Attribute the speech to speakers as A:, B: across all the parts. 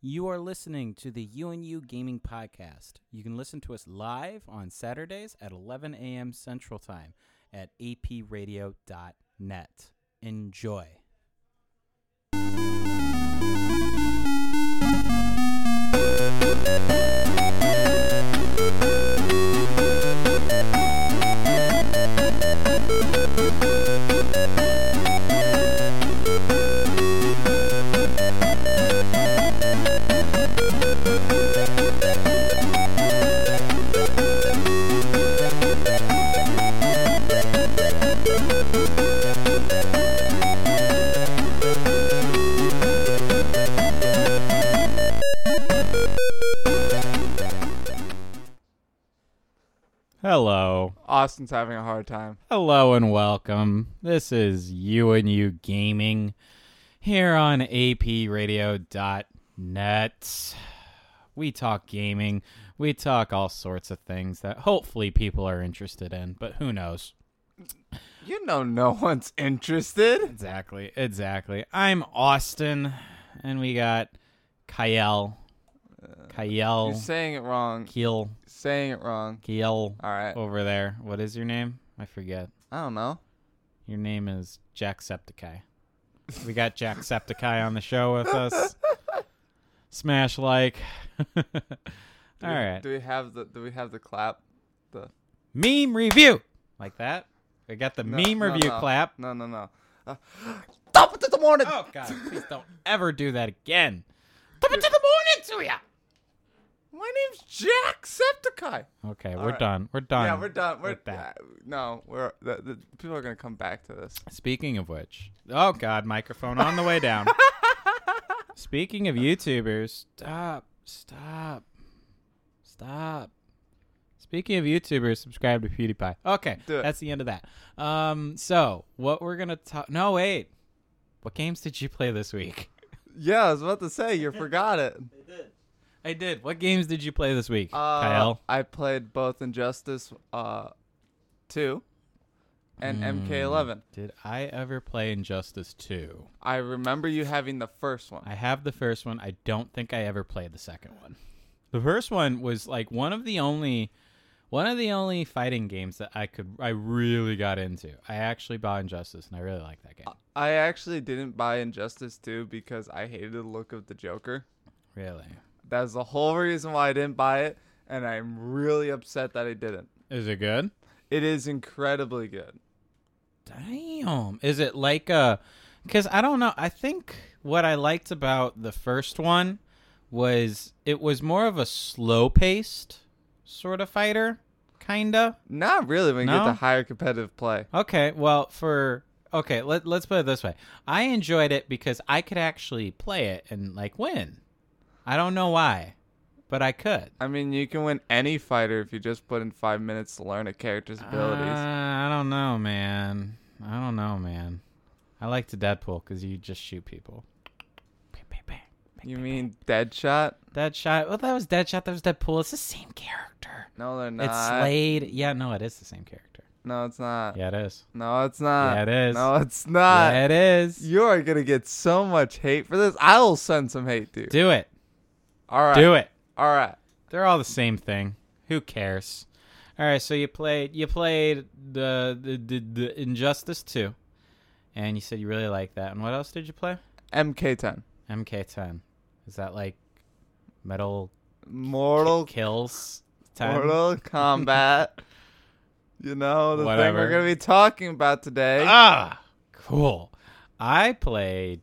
A: You are listening to the UNU Gaming Podcast. You can listen to us live on Saturdays at 11 a.m. Central Time at apradio.net. Enjoy. Hello.
B: Austin's having a hard time.
A: Hello and welcome. This is UNU Gaming here on apradio.net. We talk gaming, we talk all sorts of things that hopefully people are interested in, but who knows?
B: You know, no one's interested.
A: Exactly, exactly. I'm Austin, and we got Kyle.
B: You're
A: Kyle.
B: saying it wrong.
A: Kiel.
B: Saying it wrong.
A: Kiel
B: All right.
A: over there. What is your name? I forget.
B: I don't know.
A: Your name is Jacksepticeye. We got Jacksepticeye on the show with us. Smash like. All
B: Do we,
A: right.
B: Do we have the Do we have the clap? The
A: Meme review. Like that? We got the
B: No,
A: meme
B: no,
A: review
B: no.
A: clap.
B: No, no, no. Uh, top it to the morning.
A: Oh, God. Please don't ever do that again. Come into the morning to ya.
B: My name's Jacksepticeye.
A: Okay,
B: All
A: we're
B: right.
A: done. We're done.
B: yeah, we're done. We're
A: with that.
B: uh, no, we're the, the people are gonna come back to this.
A: Speaking of which, oh god, microphone on the way down. Speaking of YouTubers, stop, stop, stop. Speaking of YouTubers, subscribe to PewDiePie. Okay,
B: Do it.
A: that's the end of that. Um, so what we're gonna talk? No, wait. What games did you play this week?
B: Yeah, I was about to say you forgot it.
A: I did. What games did you play this week,
B: Uh,
A: Kyle?
B: I played both Injustice uh, two and MK11.
A: Did I ever play Injustice Two?
B: I remember you having the first one.
A: I have the first one. I don't think I ever played the second one. The first one was like one of the only one of the only fighting games that I could I really got into. I actually bought Injustice and I really like that game.
B: I actually didn't buy Injustice 2 because I hated the look of the Joker.
A: Really.
B: That's the whole reason why I didn't buy it, and I'm really upset that I didn't.
A: Is it good?
B: It is incredibly good.
A: Damn. Is it like a cuz I don't know. I think what I liked about the first one was it was more of a slow-paced sort of fighter kinda.
B: Not really when you get
A: No?
B: to higher competitive play.
A: Okay, well, for okay, let let's put it this way. I enjoyed it because I could actually play it and like win. I don't know why, but I could.
B: I mean, you can win any fighter if you just put in five minutes to learn a character's abilities.
A: Uh, I don't know, man. I don't know, man. I like the Deadpool because you just shoot people. Bang, bang, bang.
B: you mean Deadshot?
A: Deadshot? Well, that was Deadshot. That was Deadpool. It's the same character.
B: No, they're not.
A: It's Slade. Yeah, no, it is the same character.
B: no, it's not.
A: Yeah, it is.
B: No, it's not.
A: Yeah, it is.
B: Uh, No, it's not.
A: yeah, it is.
B: You are gonna get so much hate for this. I'll send some hate to you.
A: Do it.
B: All right.
A: Do it.
B: All right.
A: They're all the same thing. Who cares? All right, so you played you played the the, the, the Injustice 2 and you said you really liked that. And what else did you play?
B: MK10.
A: MK10. Is that like Metal
B: Mortal
A: Kills 10?
B: Mortal Kombat. you know the thing
A: Whatever.
B: we're gonna be talking about today.
A: Ah, cool. I played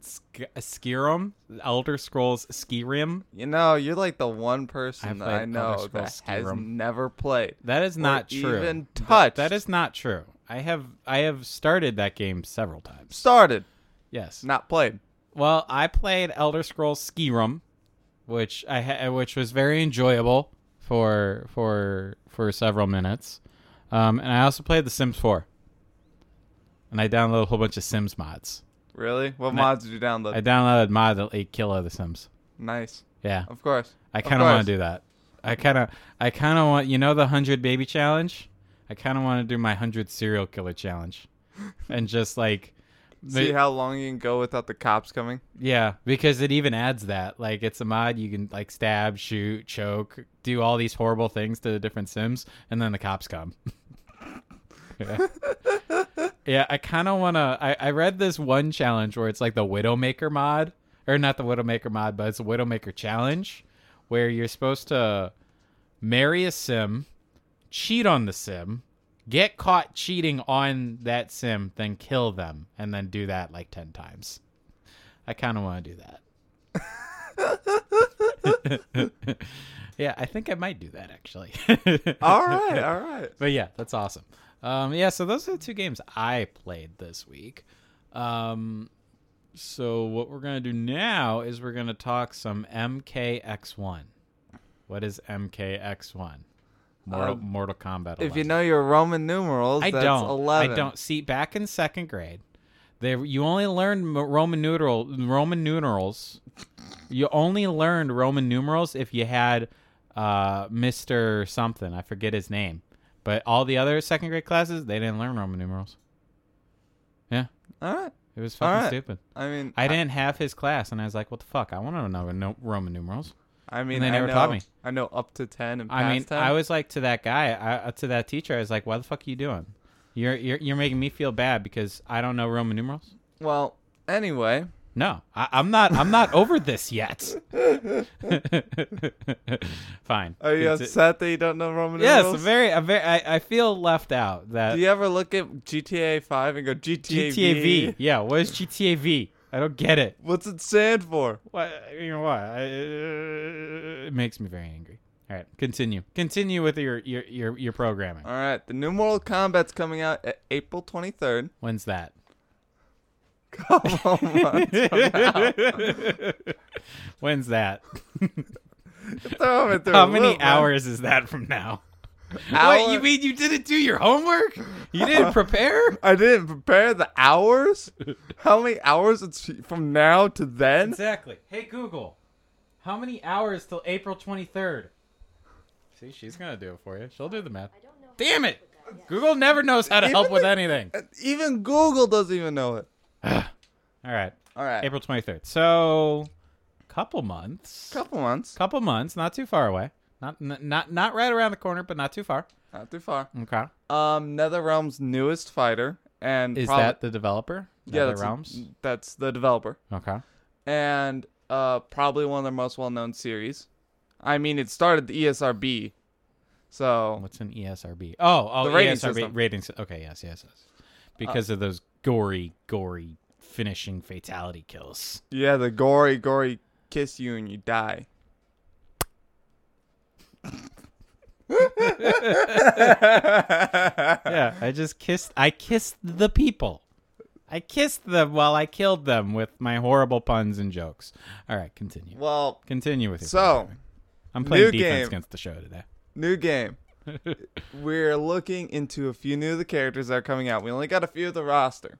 A: Sk- Skyrim, Elder Scrolls Skyrim.
B: you know, you're like the one
A: I
B: person that
A: played
B: I
A: Elder
B: know that
A: Scrolls
B: has
A: Skyrim.
B: never played.
A: That is not true.
B: even
A: Th-
B: touched.
A: that is not true. I have I have started that game several times.
B: Started,
A: Yes.
B: not played.
A: Well, I played Elder Scrolls Skyrim, which I ha- which was very enjoyable for for for several minutes, um, and I also played The Sims 4. And I downloaded a whole bunch of Sims mods.
B: Really? What
A: And I-
B: mods did you download?
A: I downloaded mod that ate kill other Sims.
B: nice.
A: Yeah,
B: Of course.
A: I
B: Of
A: kind of want
B: course.
A: to do that. I kind of I kind of want you know the hundred baby challenge. I kind of want to do my hundred serial killer challenge, and just like They-
B: See how long you can go without the cops coming.
A: Yeah, because it even adds that. Like it's a mod you can like stab, shoot, choke, do all these horrible things to the different sims and then the cops come. yeah. yeah, I kind of want to I I read this one challenge where it's like the Widowmaker mod or not the Widowmaker mod, but it's a Widowmaker challenge where you're supposed to marry a sim, cheat on the sim, get caught cheating on that sim, then kill them and then do that like 10 times. I kind of want to do that. yeah, I think I might do that actually.
B: All right, all right.
A: But yeah, that's awesome. Um, yeah, so those are the two games I played this week. Um, so what we're gonna do now is we're gonna talk some MKX1. What is MKX1? Mortal,
B: Um,
A: Mortal Kombat. 11.
B: If you know your Roman numerals,
A: I
B: that's
A: don't.
B: eleven.
A: I don't see. Back in second grade, they you only learned m- Roman numeral Roman numerals. You only learned Roman numerals if you had uh, Mister something. I forget his name, but all the other second grade classes they didn't learn Roman numerals. Yeah,
B: All right.
A: it was
B: All
A: fucking
B: right.
A: stupid.
B: I mean,
A: I didn't have his class, and I was like, "What the fuck? I want to know no- Roman numerals."
B: I mean,
A: they never
B: I know,
A: taught me.
B: I know up to ten and past
A: I mean,
B: 10.
A: I was like to that guy, I, uh, to that teacher. I was like, "Why the fuck are you doing? You're, you're you're making me feel bad because I don't know Roman numerals."
B: Well, anyway,
A: No, I, I'm not. I'm not over this yet. Fine.
B: are you
A: It's-
B: upset that you don't know Roman
A: yes, I'm
B: numerals?
A: very. I'm very. I, I feel left out. That
B: Do you ever look at GTA Five and go GTA,
A: GTA V. Yeah, what is GTA V? I don't get it.
B: What's it stand for?
A: What you know? What I, uh, it makes me very angry. All right, continue. Continue with your your your, your programming.
B: All right, the new Mortal Kombat's coming out at April twenty third.
A: When's that?
B: Come on,
A: When's that?
B: throw it through.
A: How
B: a
A: many
B: loop, man.
A: hours is that from now?
B: Hour-
A: Wait, you mean you didn't do your homework? You didn't prepare?
B: I didn't prepare the hours. How many hours it's from now to then?
A: Exactly. Hey Google, how many hours till April 23rd? See, she's gonna do it for you. She'll do the math. Damn it! Google never knows how to help
B: Even
A: with
B: the-
A: anything.
B: Even Google doesn't even know it.
A: All right,
B: All right,
A: April 23rd. So, couple months.
B: couple months,
A: Couple months. Not too far away. Not n- not not right around the corner, but not too far.
B: not too far.
A: Okay.
B: Um, NetherRealm's newest fighter, and
A: Is
B: prob-
A: that the developer?
B: yeah,
A: the
B: that's,
A: realms.
B: that's the developer,
A: Okay.
B: and uh, probably one of their most well-known series. I mean, it started the E ESRB, so
A: What's an ESRB? Oh, oh,
B: The rating
A: ESRB
B: system. Uh,
A: ratings. Okay, yes, yes, yes. Because of those gory, gory finishing fatality kills.
B: yeah, the gory, gory kiss you and you die.
A: Yeah, I just kissed. I kissed the people. I kissed them while I killed them with my horrible puns and jokes. All right, continue.
B: Well,
A: Continue with your.
B: so
A: I'm playing
B: new
A: defense
B: game.
A: against the show today.
B: new game. We're looking into a few new of the characters that are coming out. We only got a few of the roster.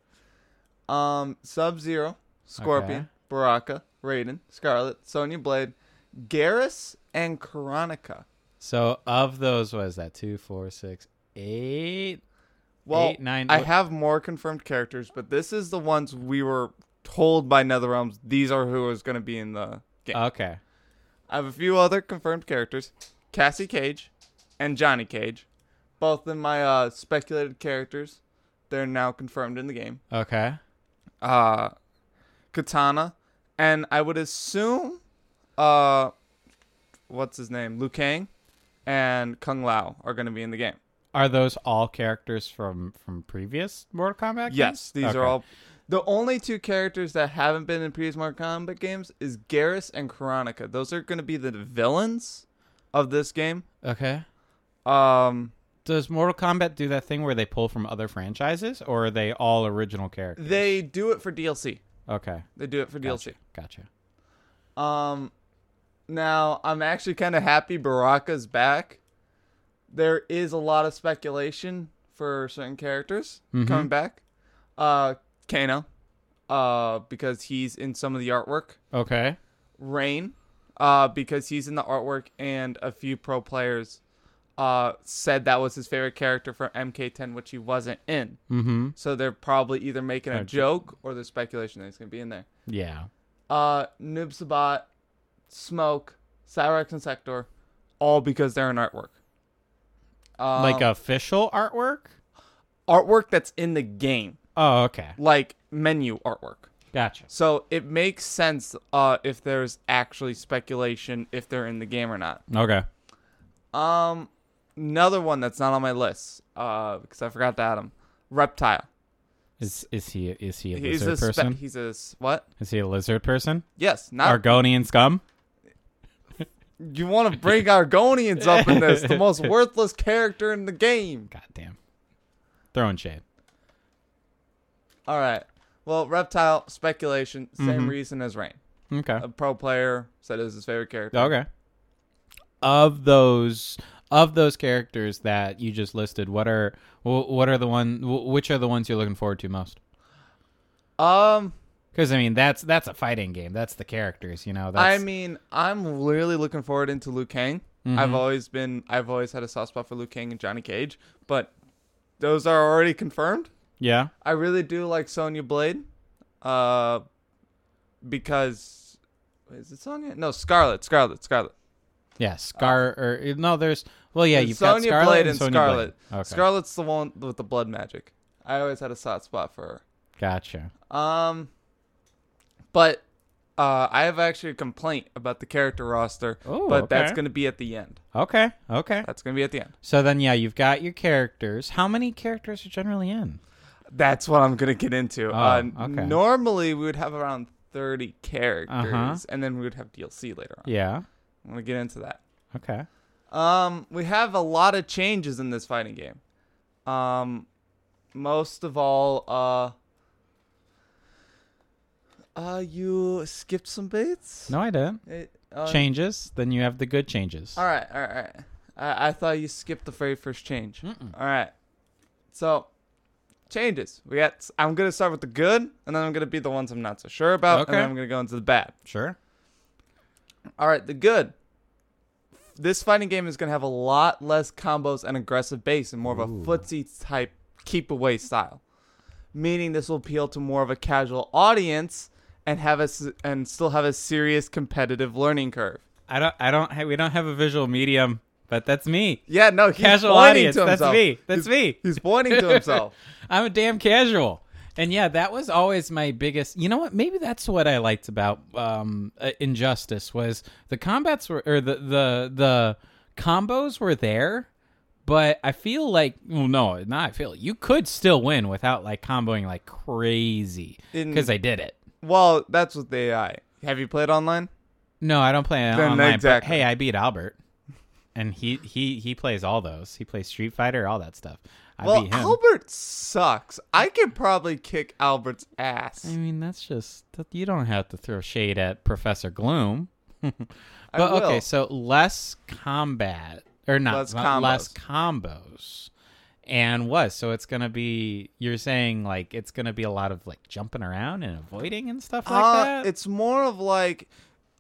B: Um, Sub Zero, Scorpion,
A: Okay.
B: Baraka, Raiden, Scarlet, Sonya Blade, Garrus, and Karonika.
A: So of those, was that two, four, six, eight?
B: Well,
A: Eight, nine,
B: I
A: wh-
B: have more confirmed characters, but this is the ones we were told by NetherRealms. These are who is going to be in the game.
A: Okay.
B: I have a few other confirmed characters: Cassie Cage and Johnny Cage, both in my uh, speculated characters. They're now confirmed in the game.
A: Okay.
B: uh, Katana, and I would assume, uh, what's his name, Liu Kang, and Kung Lao are going to be in the game.
A: Are those all characters from from previous Mortal Kombat? games?
B: Yes, these
A: Okay.
B: are all. The only two characters that haven't been in previous Mortal Kombat games is Garrus and Karonika. Those are going to be the villains of this game.
A: Okay.
B: Um,
A: Does Mortal Kombat do that thing where they pull from other franchises, or are they all original characters?
B: they do it for DLC.
A: Okay,
B: They do it for DLC.
A: gotcha.
B: Um, now I'm actually kind of happy Baraka's back. There is a lot of speculation for certain characters
A: Mm-hmm.
B: coming back. Uh, Kano, uh, because he's in some of the artwork.
A: Okay,
B: Rain, uh, because he's in the artwork and a few pro players. uh, said that was his favorite character from MK10, which he wasn't in.
A: Mm-hmm.
B: So they're probably either making a
A: Okay.
B: joke or there's speculation that he's going to be in there.
A: Yeah.
B: Uh, Noob Sabat, Smoke, Cyrex, and Sector, all because they're in artwork. Um,
A: like uh, official artwork?
B: artwork that's in the game,
A: Oh, okay.
B: like menu artwork.
A: Gotcha.
B: So it makes sense uh, if there's actually speculation if they're in the game or not.
A: Okay.
B: Um, another one that's not on my list uh, because I forgot to add him. Reptile.
A: Is is he is he a
B: He's
A: lizard
B: a spe- Uh,
A: person?
B: he's a s- what?
A: Is he a lizard person?
B: Yes, not
A: Argonian scum?
B: you want to bring Argonians up in this, the most worthless character in the game.
A: God damn. Throwing shade.
B: All right. Well, reptile speculation, same
A: Mm-hmm.
B: reason as Rain.
A: Okay.
B: A pro player said it was his favorite character.
A: Okay. Of those of those characters that you just listed, what are wh- what are the one wh- which are the ones you're looking forward to most?
B: Um,
A: Because I mean, that's that's a fighting game. That's the characters, you know.
B: I
A: That's,
B: mean, I'm really looking forward into Liu Kang.
A: Mm-hmm.
B: I've always been, I've always had a soft spot for Liu Kang and Johnny Cage, but those are already confirmed.
A: yeah,
B: I really do like Sonya Blade, uh, because is it Sonya? No, Scarlet, Scarlet, Scarlet.
A: yeah. Scar or no, there's well, yeah,
B: It's
A: you've got
B: Sonya
A: Scarlet
B: Blade
A: and,
B: and
A: Sonya
B: Scarlet.
A: Blade. Okay,
B: Scarlet's the one with the blood magic. I always had a soft spot for
A: gotcha.
B: her. Um, but uh, I have actually a complaint about the character roster,
A: Oh,
B: but that's
A: okay.
B: going to be at the end.
A: Okay, okay.
B: That's going to be at the end.
A: So then, yeah, you've got your characters. How many characters are generally in?
B: That's what I'm gonna get into. uh,
A: Oh, okay.
B: Normally we would have around 30 characters,
A: Uh-huh.
B: and then we would have DLC later on.
A: Yeah.
B: I'm gonna get into that.
A: Okay.
B: Um, we have a lot of changes in this fighting game. Um, most of all, uh, uh, you skipped some bits.
A: No, I didn't.
B: It, uh,
A: Changes. Then you have the good changes.
B: All right, all right, all right. I, I thought you skipped the very first change. All right. So, changes. We got. I'm gonna start with the good, and then I'm gonna be the ones I'm not so sure about, and
A: Okay.
B: then I'm gonna go into the bad.
A: Sure.
B: All right, the good. This fighting game is gonna have a lot less combos and aggressive base, and more of a footsie type keep away style, meaning this will appeal to more of a casual audience and have a s- and still have a serious competitive learning curve.
A: I don't. I don't. ha- We don't have a visual medium, but that's me.
B: Yeah, no, he's
A: Casual
B: pointing
A: audience.
B: to
A: That's
B: himself.
A: me. That's
B: He's-
A: me.
B: He's pointing to himself.
A: I'm a damn casual. And yeah, that was always my biggest. You know what? Maybe that's what I liked about um, uh, Injustice was the combats were or the the the combos were there, but I feel like well, no, not I feel you could still win without like comboing like crazy
B: In-
A: because I did it.
B: well, that's with the AI. Have you played online?
A: No, I don't play
B: Then
A: online. but
B: exactly.
A: hey, I beat Albert, and he he he plays all those. He plays Street Fighter, all that stuff. I
B: Well,
A: beat him.
B: Albert sucks. I could probably kick Albert's ass.
A: I mean, that's just that you don't have to throw shade at Professor Gloom. but
B: will.
A: okay, so less combat or not
B: Less
A: le-
B: combos.
A: less combos. And what? So it's gonna be you're saying like it's gonna be a lot of like jumping around and avoiding and stuff like
B: Uh,
A: that.
B: It's more of like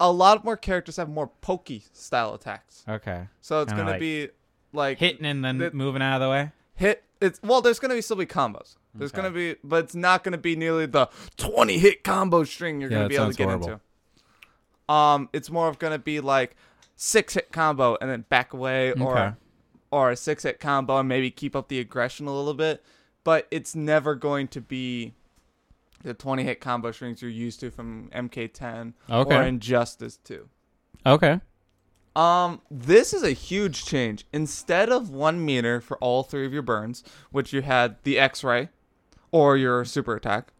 B: a lot more characters have more pokey style attacks.
A: okay,
B: So it's
A: Kinda
B: gonna
A: like
B: be like
A: hitting and then
B: the-
A: moving out of the way.
B: hit it's well there's gonna be still be combos there's
A: Okay.
B: gonna be but it's not gonna be nearly the 20 hit combo string you're
A: Yeah,
B: gonna
A: that
B: be able to
A: sounds
B: get
A: horrible.
B: into um it's more of gonna be like six hit combo and then back away
A: Okay.
B: or or a six hit combo and maybe keep up the aggression a little bit but it's never going to be the 20 hit combo strings you're used to from mk10 or
A: Okay.
B: injustice 2
A: Okay.
B: um, this is a huge change. Instead of one meter for all three of your burns, which you had the X-ray or your super attack,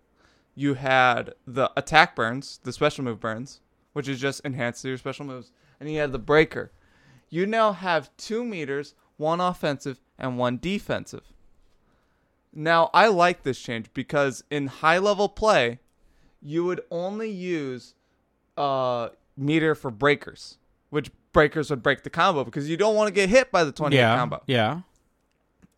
B: you had the attack burns, the special move burns, which is just enhanced to your special moves, and you had the breaker. You now have two meters, one offensive and one defensive. Now, I like this change because in high level play, you would only use uh, meter for breakers, which breakers would break the combo because you don't want to get hit by the 20 hit
A: Yeah.
B: combo.
A: Yeah.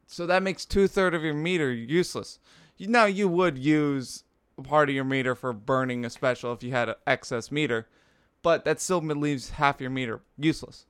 B: So that makes two third of your meter useless. You, now, you would use part of your meter for burning a special if you had an excess meter, but that still leaves half your meter useless.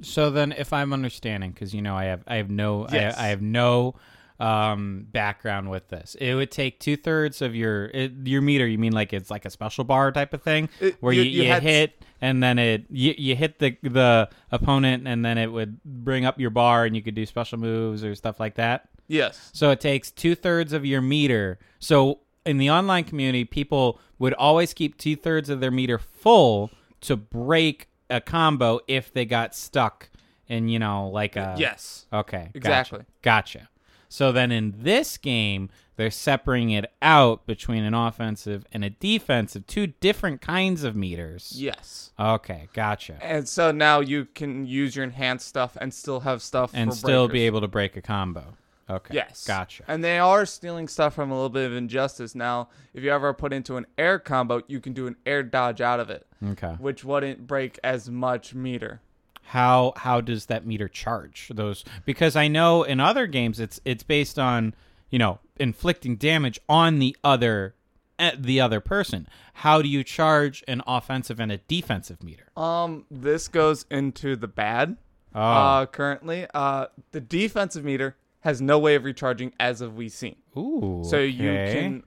A: So then, if I'm understanding, because you know I have I have no
B: Yes.
A: I, I have no um, background with this. It would take two thirds of your it, your meter. You mean like it's like a special bar type of thing
B: It-
A: where you,
B: Uh, you-
A: you,
B: you had-
A: hit and then it you, you hit the the opponent and then it would bring up your bar and you could do special moves or stuff like that.
B: Yes.
A: So it takes two thirds of your meter. So in the online community, people would always keep two thirds of their meter full to break a combo if they got stuck in, you know, like a.
B: yes.
A: Okay. gotcha.
B: Exactly.
A: Gotcha. So then in this game, they're separating it out between an offensive and a defensive, two different kinds of meters.
B: Yes.
A: Okay. Gotcha.
B: And so now you can use your enhanced stuff and still have stuff
A: And
B: for
A: still be
B: breakers.
A: able to break a combo. Okay.
B: Yes.
A: Gotcha.
B: And they are stealing stuff from a little bit of injustice now. If you ever put into an air combo, you can do an air dodge out of it,
A: Okay.
B: which wouldn't break as much meter.
A: how how does that meter charge those because i know in other games it's it's based on you know inflicting damage on the other eh, the other person how do you charge an offensive and a defensive meter
B: Um, this goes into the bad.
A: oh
B: Uh, currently, uh, the defensive meter has no way of recharging as of we seen.
A: ooh
B: So you
A: Oh, okay.
B: can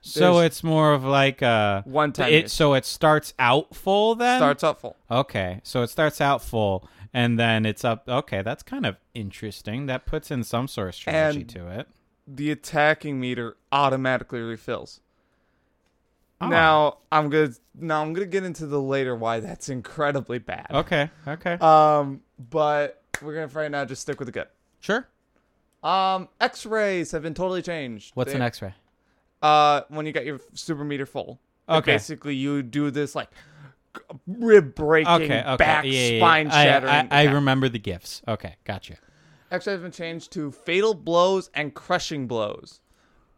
A: so
B: there's-
A: it's more of like a
B: One time
A: it
B: use.
A: so it starts out full then
B: starts up full.
A: okay so it starts out full and then it's up okay that's kind of interesting that puts in some sort of strategy
B: And-
A: to it
B: The attacking meter automatically refills.
A: Oh.
B: Now I'm gonna now I'm gonna get into the later why that's incredibly bad.
A: okay okay
B: Um, but we're gonna for right now just stick with the good.
A: sure
B: Um, X-rays have been totally changed.
A: what's
B: They-
A: an x-ray
B: Uh, when you got your super meter full. Like,
A: Okay.
B: Basically, you do this like rib breaking, back
A: yeah, yeah, yeah.
B: spine
A: I-
B: shattering.
A: I, I, remember the gifts. Okay, gotcha.
B: X-rays have been changed to fatal blows and crushing blows.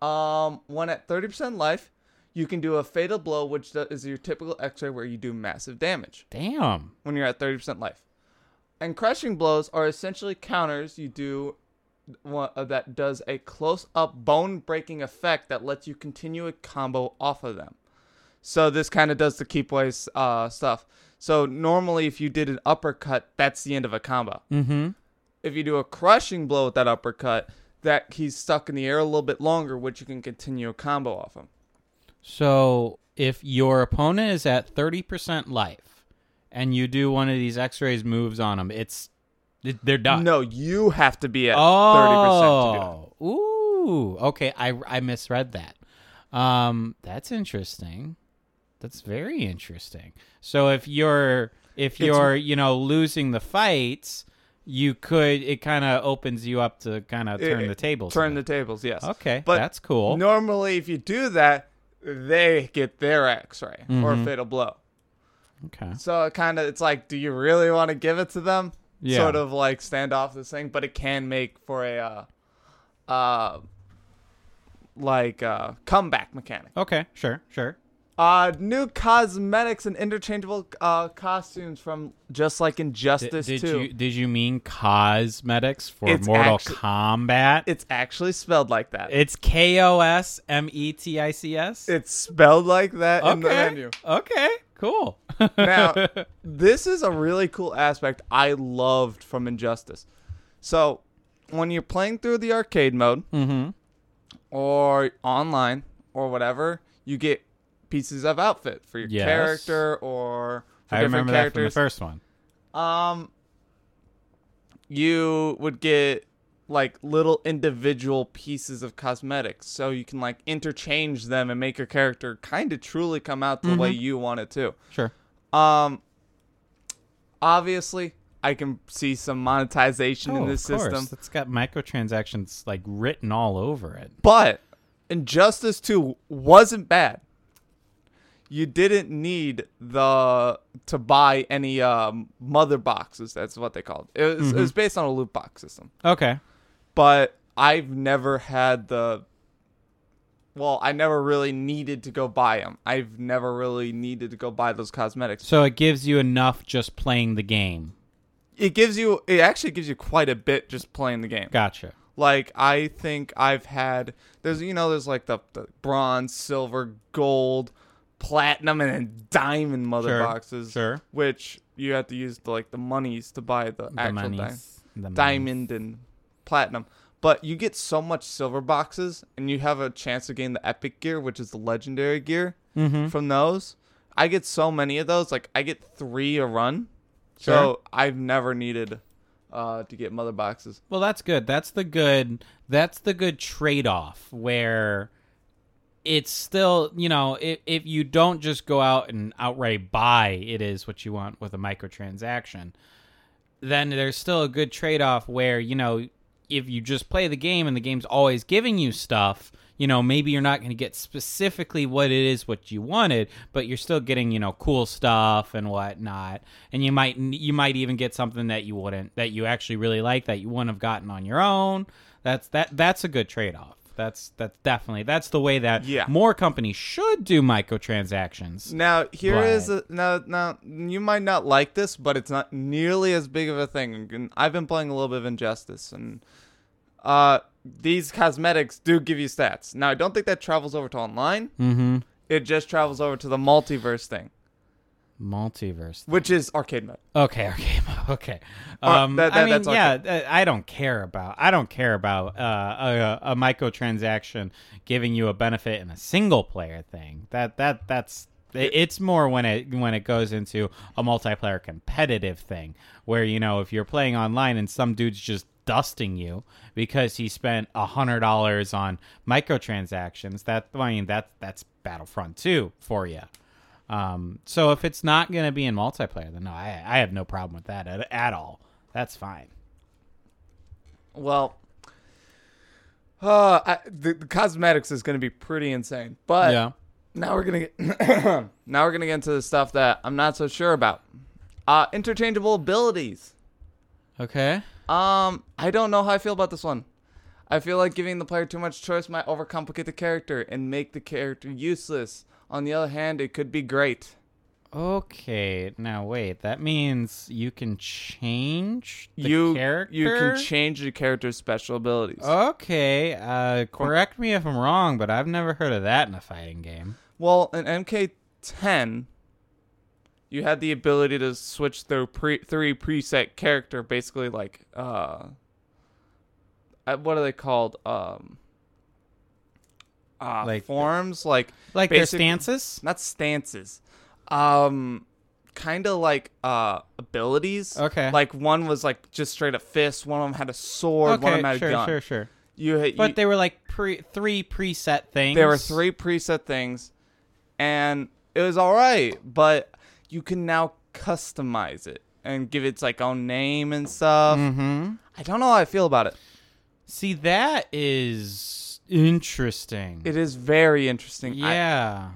B: Um, when at 30% life, you can do a fatal blow, which do- is your typical X-ray where you do massive damage
A: Damn.
B: when you're at 30% life. And crushing blows are essentially counters you do one, uh, that does a close-up bone-breaking effect that lets you continue a combo off of them. So this kind of does the keep ways uh, stuff. So normally, if you did an uppercut, that's the end of a combo
A: Mm-hmm.
B: if you do a crushing blow with that uppercut, that he's stuck in the air a little bit longer, which you can continue a combo off him.
A: So if your opponent is at thirty percent life, and you do one of these X-rays moves on them, it's it- they're done.
B: No, you have to be at thirty percent to do it.
A: Oh. Ooh. Okay. I I misread that. Um. That's interesting. That's very interesting. So if you're if you're you know losing the fights, you could it kind of opens you up to kind of turn
B: It-
A: the tables. a
B: Turn
A: bit.
B: the tables, yes.
A: Okay,
B: but
A: that's cool.
B: Normally, if you do that, they get their X-ray or
A: Mm-hmm.
B: fatal blow.
A: okay.
B: So it kind of it's like, do you really want to give it to them?
A: Yeah.
B: Sort of like stand off this thing, but it can make for a uh, uh, like uh, comeback mechanic.
A: Okay. Sure. Sure.
B: Uh, new cosmetics and interchangeable uh, costumes from just like Injustice
A: did
B: 2.
A: you did you mean cosmetics for
B: It's
A: Mortal
B: actu-
A: Kombat?
B: It's actually spelled like that.
A: It's K O S M E T I C S.
B: it's spelled like that in the
A: Okay.
B: menu.
A: Okay. Cool.
B: Now, this is a really cool aspect I loved from Injustice. So, when you're playing through the arcade mode
A: Mm-hmm.
B: or online or whatever, you get pieces of outfit for your
A: Yes.
B: character or for
A: I
B: different
A: remember that from the
B: characters.
A: first one.
B: Um, you would get like little individual pieces of cosmetics, so you can like interchange them and make your character kind of truly come out the
A: Mm-hmm.
B: way you want it to.
A: Sure.
B: Um, obviously, I can see some monetization in this
A: Oh, of
B: system,
A: course. It's got microtransactions like written all over it.
B: but Injustice Two wasn't bad. You didn't need the to buy any um, mother boxes. That's what they called. It was, it was
A: Mm-hmm.
B: based on a loot box system.
A: Okay.
B: but I've never had the. Well, I never really needed to go buy them. I've never really needed to go buy those cosmetics.
A: So it gives you enough just playing the game.
B: It gives you. It actually gives you quite a bit just playing the game.
A: Gotcha.
B: Like I think I've had. There's you know there's like the, the bronze, silver, gold, platinum, and then diamond mother
A: Sure,
B: boxes.
A: sure.
B: Which you have to use the, like the monies to buy the,
A: The
B: actual di-
A: monies. The monies.
B: diamond and platinum. But you get so much silver boxes, and you have a chance to gain the epic gear, which is the legendary gear
A: Mm-hmm.
B: from those. I get so many of those. Like I get three a run,
A: Sure.
B: so I've never needed uh, to get mother boxes.
A: Well, that's good. That's the good. That's the good trade-off where it's still, you know, if if you don't just go out and outright buy, it is what you want with a microtransaction. Then there's still a good trade-off where you know if you just play the game and the game's always giving you stuff, you know, maybe you're not going to get specifically what it is what you wanted, but you're still getting you know cool stuff and whatnot, and you might you might even get something that you wouldn't that you actually really like that you wouldn't have gotten on your own. That's that that's a good trade off. That's that's definitely that's the way that
B: Yeah.
A: more companies should do microtransactions.
B: Now here is
A: Right.
B: a, now now you might not like this, but it's not nearly as big of a thing. And I've been playing a little bit of Injustice, and uh, these cosmetics do give you stats. Now I don't think that travels over to online.
A: Mm-hmm.
B: It just travels over to the multiverse thing,
A: Multiverse.
B: which is arcade mode.
A: Okay, okay, okay.
B: Uh,
A: Um,
B: that- that-
A: I mean,
B: that's
A: yeah, uh, I don't care about I don't care about uh, a, a microtransaction giving you a benefit in a single player thing. That that that's it- it's more when it when it goes into a multiplayer competitive thing where you know if you're playing online and some dude's just dusting you because he spent a hundred dollars on microtransactions. That I mean that that's Battlefront two for you. Um, so if it's not going to be in multiplayer, then no, I, I have no problem with that at, at all. That's fine.
B: Well, uh, I, the, the cosmetics is going to be pretty insane. But now we're gonna get now we're gonna get into the stuff that I'm not so sure about. Uh, interchangeable abilities.
A: Okay.
B: Um, I don't know how I feel about this one. I feel like giving the player too much choice might overcomplicate the character and make the character useless. On the other hand, it could be great.
A: Okay. Now wait. That means you can change the
B: you
A: character. Oh.
B: you can change the character's special abilities.
A: Okay. Uh, correct me if I'm wrong, but I've never heard of that in a fighting game.
B: Well, in MK10, you had the ability to switch through pre- three preset character, basically like uh, uh, what are they called? Um, uh,
A: Like-
B: forms, like
A: Like their
B: basic-
A: stances.
B: not stances, um, kind of like uh abilities.
A: Okay.
B: Like one was like just straight up fist. One of them had a sword. one of them
A: Okay.
B: had a
A: Sure.
B: gun.
A: Sure. Sure.
B: You, had-
A: But
B: you-
A: they were like pre three preset things.
B: there were three preset things, and it was all right. But you can now customize it and give its like own name and stuff.
A: Mm-hmm.
B: I don't know how I feel about it.
A: See, that is interesting.
B: It is very interesting. I-
A: Yeah.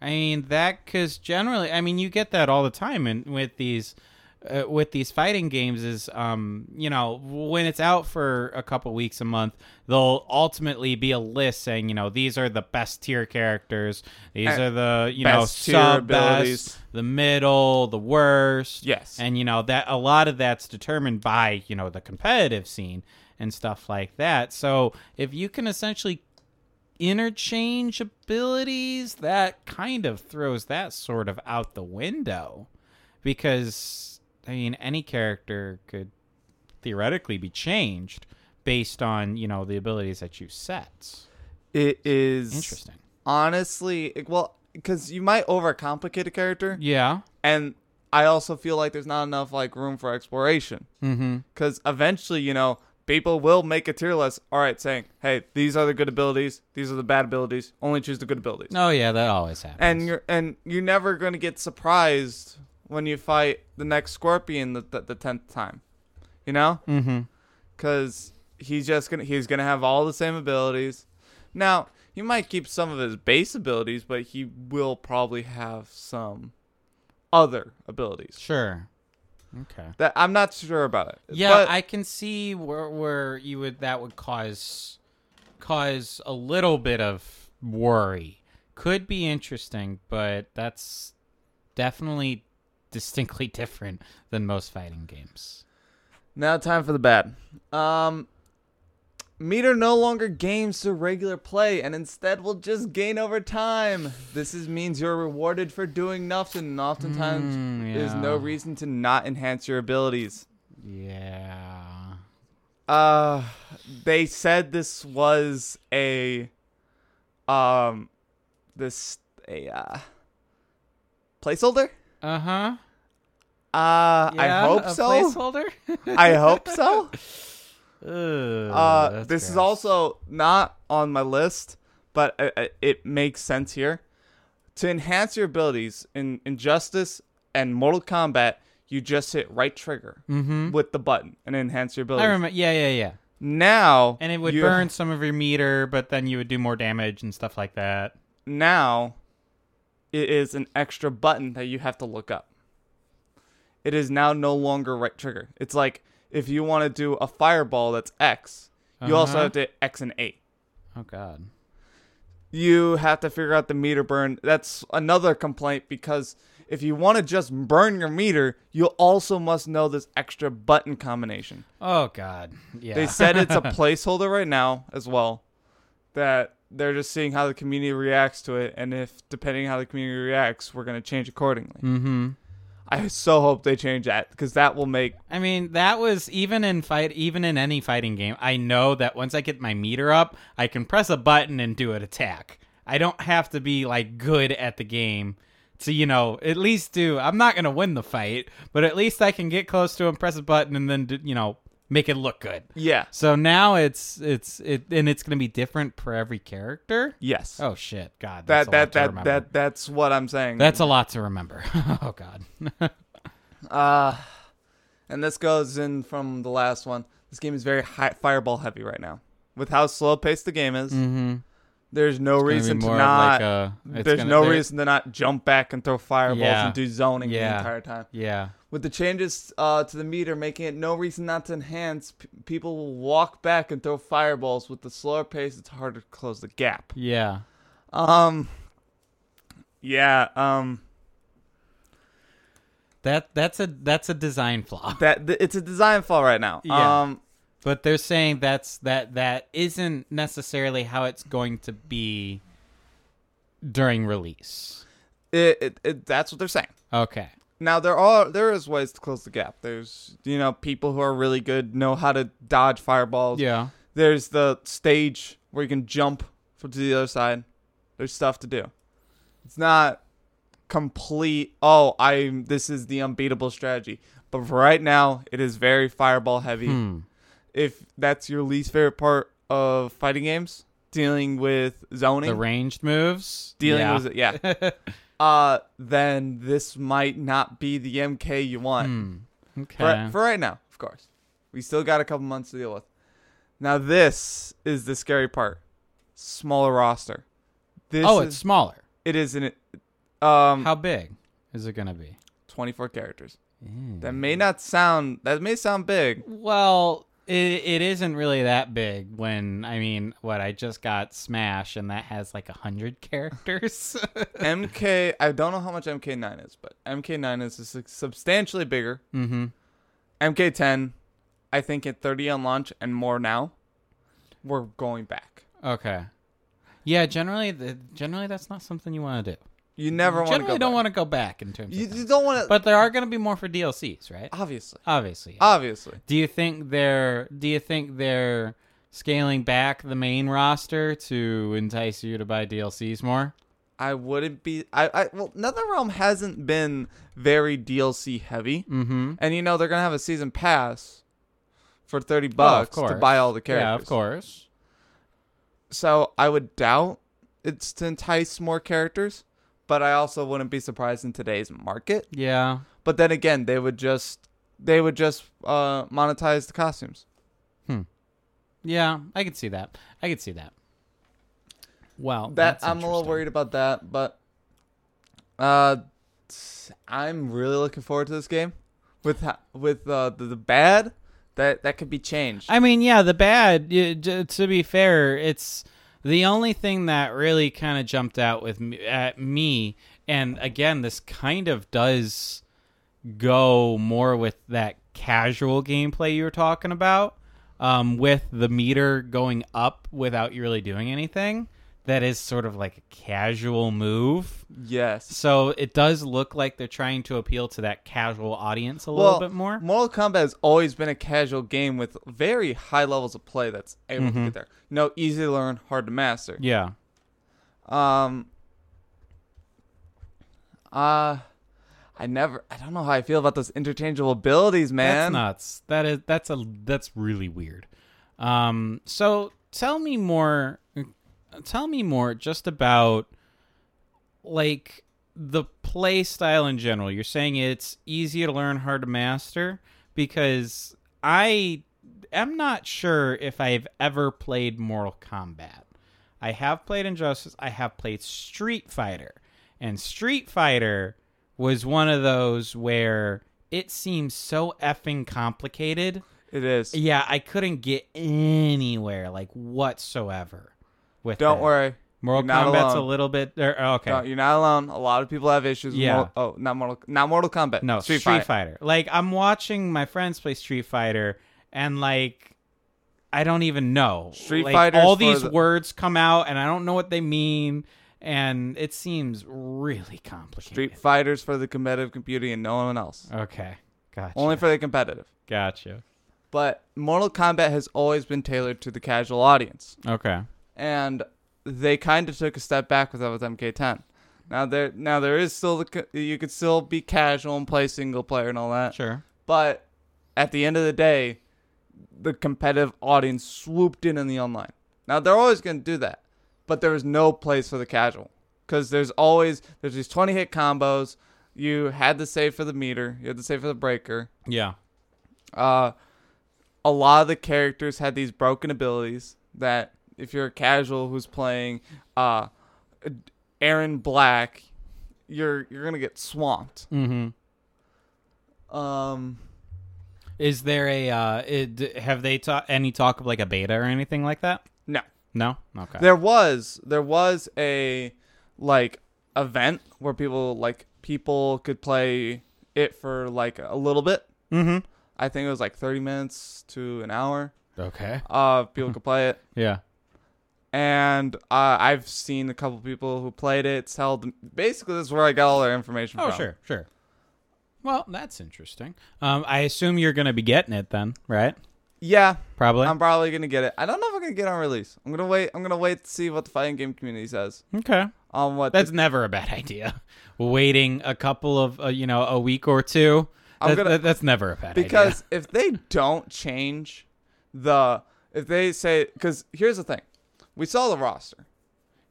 A: I, mean that cuz generally I mean you get that all the time and with these uh, with these fighting games is um you know when it's out for a couple weeks a month there'll ultimately be a list saying you know these are the best tier characters these
B: Uh,
A: are the you know
B: best tier
A: sub
B: abilities.
A: best the middle the worst
B: Yes.
A: and you know that a lot of that's determined by you know the competitive scene and stuff like that so if you can essentially interchange abilities that kind of throws that sort of out the window because i mean any character could theoretically be changed based on you know the abilities that you set
B: it is
A: interesting
B: Honestly, it- well, because you might overcomplicate a character,
A: yeah
B: and I also feel like there's not enough like room for exploration.
A: mm-hmm
B: because eventually, you know, people will make a tier list. All right, saying, hey, these are the good abilities, these are the bad abilities. Only choose the good abilities.
A: oh yeah that always happens
B: And you're and you're never gonna get surprised when you fight the next scorpion the the, the tenth time, you know,
A: mm-hmm
B: because he's just gonna he's gonna have all the same abilities. Now he might keep some of his base abilities, but he will probably have some other abilities.
A: sure okay
B: That I'm not sure about it.
A: Yeah,
B: but,
A: I can see where where you would that would cause cause a little bit of worry. Could be interesting, but that's definitely distinctly different than most fighting games.
B: Now time for the bad. Um Meter no longer gains to regular play and instead will just gain over time. This is, means you're rewarded for doing nothing, and oftentimes
A: Mm,
B: there's no
A: yeah.
B: reason to not enhance your abilities.
A: Yeah.
B: Uh, they said this was a, um, this a uh, placeholder.
A: Uh huh.
B: Uh, I hope so.
A: Placeholder.
B: I hope so.
A: Ugh,
B: Uh,
A: Oh, that's
B: this is
A: gross.
B: also not on my list, but i- i- it makes sense here. To enhance your abilities in Injustice and Mortal Kombat, you just hit right trigger with the button and enhance your abilities.
A: Hmm? Mm-hmm. I remember. Yeah, yeah, yeah.
B: Now
A: And it would
B: you-
A: burn some of your meter, but then you would do more damage and stuff like that.
B: Now it is an extra button that you have to look up. It is now no longer right trigger. It's like if you want to do a fireball that's X, you also
A: Uh-huh.
B: have to X and A.
A: Oh God.
B: you have to figure out the meter burn. That's another complaint because if you want to just burn your meter, you also must know this extra button combination.
A: Oh God. Yeah.
B: They said it's a placeholder right now as well, that they're just seeing how the community reacts to it, and if depending how the community reacts, we're gonna change accordingly.
A: mm-hmm.
B: I so hope they change that because that will make
A: I mean, that was even in fight, even in any fighting game. I know that once I get my meter up, I can press a button and do an attack. I don't have to be like good at the game to, you know, at least do. I'm not gonna win the fight, but at least I can get close to him, press a button, and then do, you know make it look good.
B: yeah
A: So now it's it's it, and it's gonna be different for every character.
B: yes
A: Oh shit, God, that's a
B: that that
A: lot to
B: that
A: remember.
B: that that's what I'm saying.
A: that's a lot to remember. oh God.
B: Uh, and this goes in from the last one. This game is very high, fireball heavy right now. With how slow paced the game is,
A: mm-hmm.
B: there's no reason to not. there's no reason to not jump back and throw fireballs
A: Yeah.
B: and do zoning the
A: Yeah.
B: entire time.
A: Yeah.
B: With the changes uh, to the meter making it no reason not to enhance, p- people will walk back and throw fireballs. With the slower pace, it's harder to close the gap.
A: Yeah.
B: Um, yeah. Um,
A: That that's a that's a design flaw.
B: that th- it's a design flaw right now.
A: Yeah.
B: Um,
A: But they're saying that's that that isn't necessarily how it's going to be during release.
B: it, it, it that's what they're saying.
A: Okay.
B: Now there are there is ways to close the gap. There's you know people who are really good know how to dodge fireballs.
A: Yeah.
B: There's the stage where you can jump from to the other side. There's stuff to do. It's not complete. Oh, I this is the unbeatable strategy. But for right now, it is very fireball heavy.
A: Hmm.
B: If that's your least favorite part of fighting games, dealing with zoning,
A: The ranged moves.
B: dealing
A: yeah.
B: with it, yeah. uh, then this might not be the MK you want.
A: Hmm. Okay.
B: For, for right now, of course. We still got a couple months to deal with. Now this is the scary part. Smaller roster. This
A: oh,
B: is,
A: it's smaller.
B: it is an um
A: How big is it gonna be?
B: 24 characters.
A: Mm.
B: That may not sound that may sound big.
A: Well, it, it isn't really that big when I mean, what I just got Smash and that has like a hundred characters.
B: MK I don't know how much MK9 is, but MK9 is sus- substantially bigger.
A: mm-hmm.
B: MK10 I think at 30 on launch and more now. We're going back.
A: Okay. Yeah, generally, the, generally that's not something you want to do.
B: You never want to
A: generally,
B: go
A: don't
B: back.
A: want to go back in terms.
B: you,
A: of
B: you
A: that.
B: don't want to
A: But there are going to be more for DLCs, right?
B: obviously.
A: Obviously.
B: Uh,
A: yeah.
B: Obviously.
A: do you think they're Do you think they're scaling back the main roster to entice you to buy DLCs more?
B: I wouldn't be. I, I well, NetherRealm hasn't been very DLC heavy,
A: Mm-hmm.
B: and you know they're gonna have a season pass for thirty
A: Oh, of
B: bucks to
A: course.
B: buy all the characters.
A: Yeah, of course.
B: So I would doubt it's to entice more characters, but I also wouldn't be surprised in today's market.
A: Yeah.
B: But then again, they would just they would just uh, monetize the costumes.
A: Yeah, I could see that. I could see that. Well,
B: That
A: that's
B: I'm a little
A: interesting.
B: worried about that, but uh, I'm really looking forward to this game. With ho- with uh, the, the bad that that could be changed.
A: I mean, yeah, the bad. y- j- To be fair, it's the only thing that really kind of jumped out with me, at me. And again, this kind of does go more with that casual gameplay you were talking about. um, with the meter going up without you really doing anything. That is sort of like a casual move.
B: Yes.
A: So it does look like they're trying to appeal to that casual audience a
B: Well,
A: little bit more.
B: Mortal Kombat has always been a casual game with very high levels of play that's able
A: Mm-hmm.
B: to get there. You know, easy to learn, hard to master.
A: Yeah.
B: Um. Uh I never. I don't know how I feel about those interchangeable abilities,
A: That's
B: man.
A: nuts. That is that's a that's really weird. Um so tell me more tell me more just about like the play style in general. You're saying it's easy to learn, hard to master because I am not sure if I've ever played Mortal Kombat. I have played Injustice. I have played Street Fighter. And Street Fighter was one of those where it seems so effing complicated.
B: it is.
A: Yeah, I couldn't get anywhere, like whatsoever. With
B: Don't
A: that.
B: worry.
A: Mortal
B: You're not
A: Kombat's a
B: alone.
A: little bit. There, oh, okay,
B: No, you're not alone. A lot of people have issues. With
A: Yeah.
B: Mortal, oh, not Mortal. Not Mortal Kombat.
A: No, Street, Fighter. Like I'm watching my friends play Street Fighter, and like I don't even know.
B: Street
A: like,
B: Fighter's
A: All
B: for
A: these
B: the-
A: words come out, and I don't know what they mean, and it seems really complicated.
B: Street Fighters for the competitive computing and no one else.
A: Okay, gotcha.
B: Only for the competitive.
A: gotcha.
B: But Mortal Kombat has always been tailored to the casual audience,
A: Okay.
B: and they kind of took a step back with that with MK10. Now there, now there is still the c- you could still be casual and play single player and all that.
A: Sure.
B: But at the end of the day, the competitive audience swooped in on the online. Now they're always going to do that, but there is no place for the casual because there's always there's these 20 hit combos. You had to save for the meter. You had to save for the breaker.
A: Yeah.
B: Uh, a lot of the characters had these broken abilities that if you're a casual who's playing uh, Aaron Black, you're you're gonna get swamped.
A: Mm-hmm.
B: Um,
A: Is there a uh? It, have they ta- any talk of like a beta or anything like that?
B: no,
A: No. Okay.
B: There was there was a like event where people like people could play it for like a little bit.
A: Mm-hmm.
B: I think it was like 30 minutes to an hour.
A: Okay.
B: Uh
A: Hmm.
B: people could play it.
A: Yeah.
B: And uh, I've seen a couple people who played it tell them basically that's where I got all their information
A: Oh,
B: from.
A: sure, sure. Well, that's interesting. Um, I assume you're going to be getting it then, right?
B: Yeah.
A: Probably.
B: I'm probably gonna get it. I don't know if I'm gonna get it on release. I'm gonna wait I'm gonna wait to see what the fighting game community says
A: okay.
B: on what
A: That's never a bad idea. Waiting a couple of, uh, you know, a week or two.
B: I'm
A: That-
B: gonna-
A: that- that's never a bad idea.
B: because if they don't change the if they say because here's the thing we saw the roster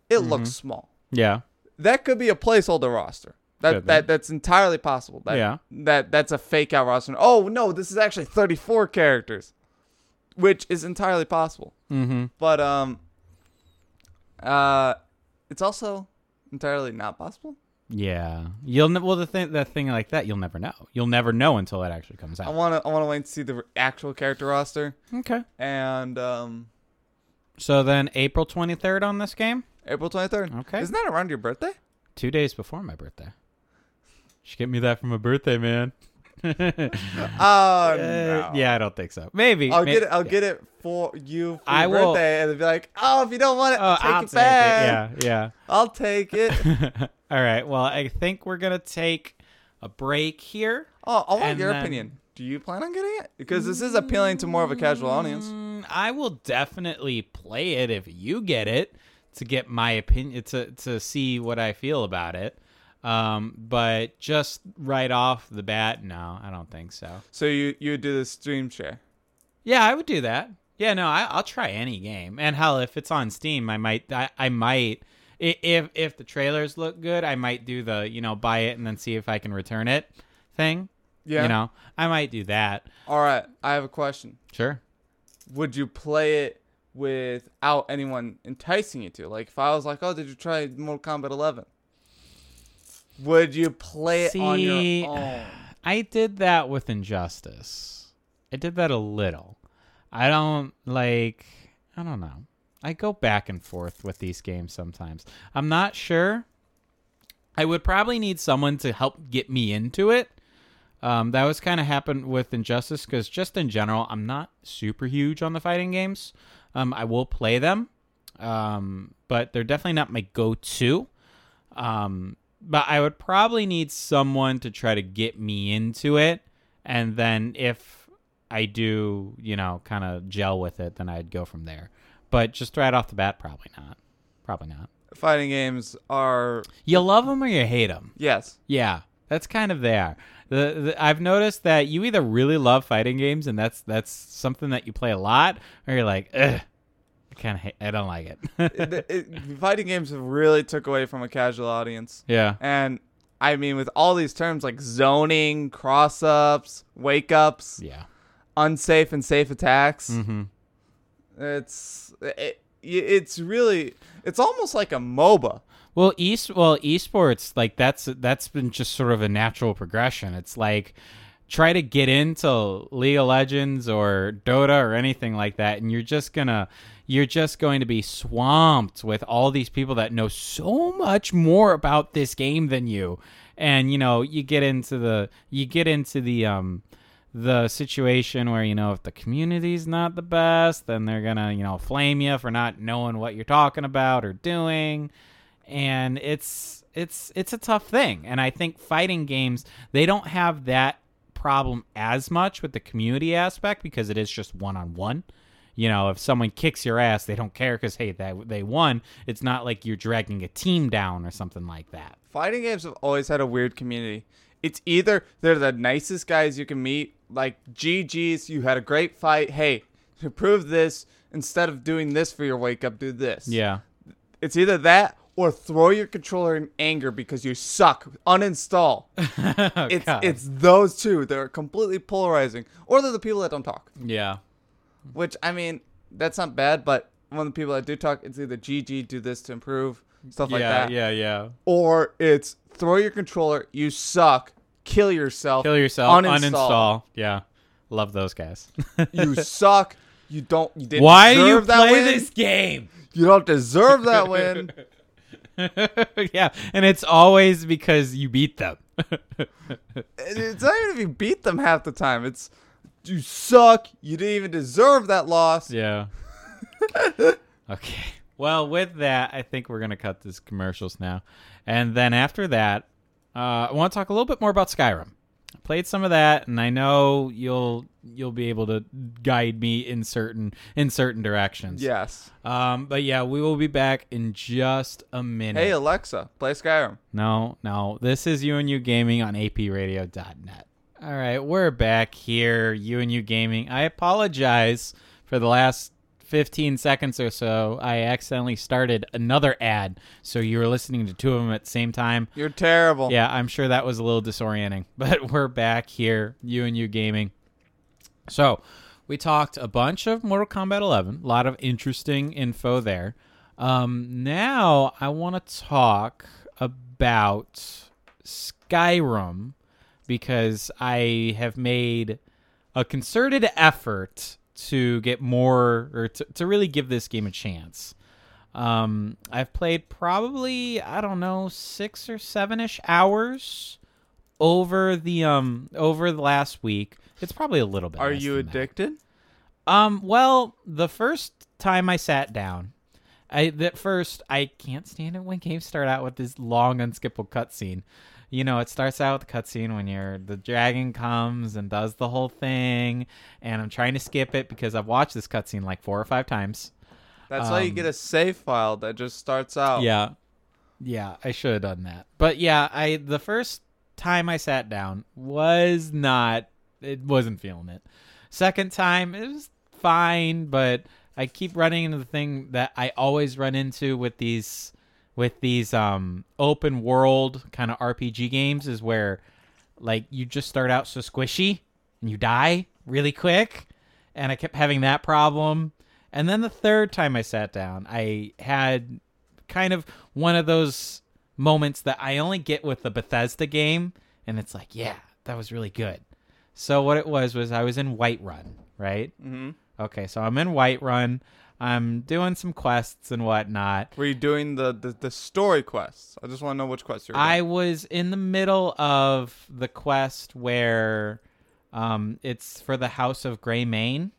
B: it looks
A: Mm-hmm.
B: small
A: Yeah.
B: that could be a placeholder roster that
A: Could be.
B: that that's entirely possible that,
A: Yeah.
B: that that's a fake out roster oh no this is actually 34 characters which is entirely possible
A: Mm-hmm.
B: but um uh it's also entirely not possible
A: Yeah. You'll ne- well the thing that thing like that you'll never know. You'll never know until it actually comes
B: i
A: out.
B: want to i want to wait and see the actual character roster
A: Okay.
B: and um
A: So then April 23rd on this game,
B: april 23rd
A: Okay.
B: isn't that around your birthday
A: two days before my birthday. Should get me that for my birthday, man.
B: Oh
A: Uh,
B: no.
A: Yeah, I don't think so. Maybe
B: I'll
A: may-
B: get it. I'll get it for you for
A: I
B: your
A: will-
B: birthday, and they'll be like, "Oh, if you don't want it,
A: Oh,
B: take
A: I'll
B: it back.
A: Take it. Yeah,
B: I'll take it."
A: yeah. All right. Well, I think we're gonna take a break here.
B: Oh, I want
A: And
B: your
A: then-
B: opinion. Do you plan on getting it? Because this is appealing to more of a casual audience.
A: Mm, I will definitely play it if you get it to get my opinion to to see what I feel about it. Um, but just right off the bat, no, I don't think so.
B: So you you would do the stream share.
A: Yeah, I would do that. Yeah, no, I, I'll try any game, and hell, if it's on Steam, I might, I, I might, i- if if the trailers look good, I might do the you know buy it and then see if I can return it thing.
B: Yeah.
A: you know, I might do that.
B: All right. I have a question.
A: Sure.
B: Would you play it without anyone enticing you to? Like, if I was like, "Oh, did you try Mortal Kombat 11?" Would you play it on
A: See,
B: your own?
A: I did that with Injustice. I did that a little. I don't like. I don't know. I go back and forth with these games sometimes. I'm not sure. I would probably need someone to help get me into it. Um, that was kind of happened with Injustice because just in general, I'm not super huge on the fighting games. Um, I will play them, um, but they're definitely not my go-to. Um, but I would probably need someone to try to get me into it, and then if I do, you know, kind of gel with it, then I'd go from there. But just right off the bat, probably not. Probably not.
B: Fighting games are
A: You love them or you hate them.
B: yes.
A: Yeah, that's kind of there. The, the I've noticed that you either really love fighting games and that's that's something that you play a lot, or you're like, Ugh, I kind of I don't like it.
B: It- it- fighting games have really took away from a casual audience.
A: yeah,
B: And I mean, with all these terms like zoning, cross ups, wake ups,
A: yeah,
B: unsafe and safe attacks,
A: mm-hmm.
B: it's it, it's really it's almost like a MOBA.
A: Well, east well esports like that's that's been just sort of a natural progression. It's like try to get into League of Legends or Dota or anything like that and you're just going to you're just going to be swamped with all these people that know so much more about this game than you. And you know, you get into the you get into the um the situation where you know if the community's not the best, then they're going to, you know, flame you for not knowing what you're talking about or doing and it's it's it's a tough thing and i think fighting games they don't have that problem as much with the community aspect because it is just one on one you know if someone kicks your ass they don't care cuz hey that they won it's not like you're dragging a team down or something like that
B: Fighting games have always had a weird community. It's either they're the nicest guys you can meet, like GG's, you had a great fight. Hey, to prove this, instead of doing this for your wake up, do this.
A: yeah
B: It's either that or throw your controller in anger because you suck. Uninstall.
A: Oh
B: It's it's those two. They're completely polarizing. Or they're the people that don't talk.
A: yeah Mm-hmm.
B: Which I mean, that's not bad, but one of the people that do talk, it's either GG, do this to improve, stuff like that.
A: yeah yeah
B: Or it's throw your controller, you suck, kill yourself.
A: kill yourself uninstall, yeah love those guys
B: you suck. You don't you didn't
A: why do you
B: deserve that
A: play
B: win.
A: this game
B: You don't deserve that win.
A: yeah and it's always because you beat them
B: And it's not even if you beat them half the time. It's you suck. You didn't even deserve that loss.
A: Yeah. okay. Well, with that, I think we're gonna cut these commercials now, and then after that, uh, I want to talk a little bit more about Skyrim. I played some of that, and I know you'll you'll be able to guide me in certain in certain directions.
B: Yes.
A: Um. But yeah, we will be back in just a minute.
B: Hey Alexa, play Skyrim.
A: No, no. This is You and You Gaming on APRadio.net. All right, we're back here, You and You Gaming. I apologize for the last 15 seconds or so. I accidentally started another ad, so you were listening to two of them at the same time.
B: You're terrible.
A: Yeah, I'm sure that was a little disorienting, but we're back here, you and you gaming. So, we talked a bunch of Mortal Kombat 11, a lot of interesting info there. Um, now, I want to talk about Skyrim because I have made a concerted effort to get more or to, to really give this game a chance. Um, I've played probably I don't know six or seven ish hours over the um over the last week. It's probably a little bit.
B: Are
A: less
B: you
A: than that.
B: addicted?
A: Um. Well, the first time I sat down, I that first I can't stand it when games start out with this long unskippable cutscene. You know, it starts out with a cutscene when you're the dragon comes and does the whole thing, and I'm trying to skip it because I've watched this cutscene like four or five times.
B: That's how you
A: Um,
B: get a save file that just starts out.
A: Yeah. Oh. Yeah, I should have done that. But yeah, I the first time I sat down was not it wasn't feeling it. Second time it was fine, but I keep running into the thing that I always run into with these with these um open world kind of RPG games is where like you just start out so squishy and you die really quick and I kept having that problem. And then the third time I sat down, I had kind of one of those moments that I only get with the Bethesda game, and it's like, yeah, that was really good. So what it was was I was in Whiterun, right?
B: Mm-hmm.
A: Okay, so I'm in Whiterun. I'm doing some quests and whatnot.
B: Were you doing the, the, the story quests? I just want to know which quests you're doing.
A: I was in the middle of the quest where um, it's for the House of Grey Mane,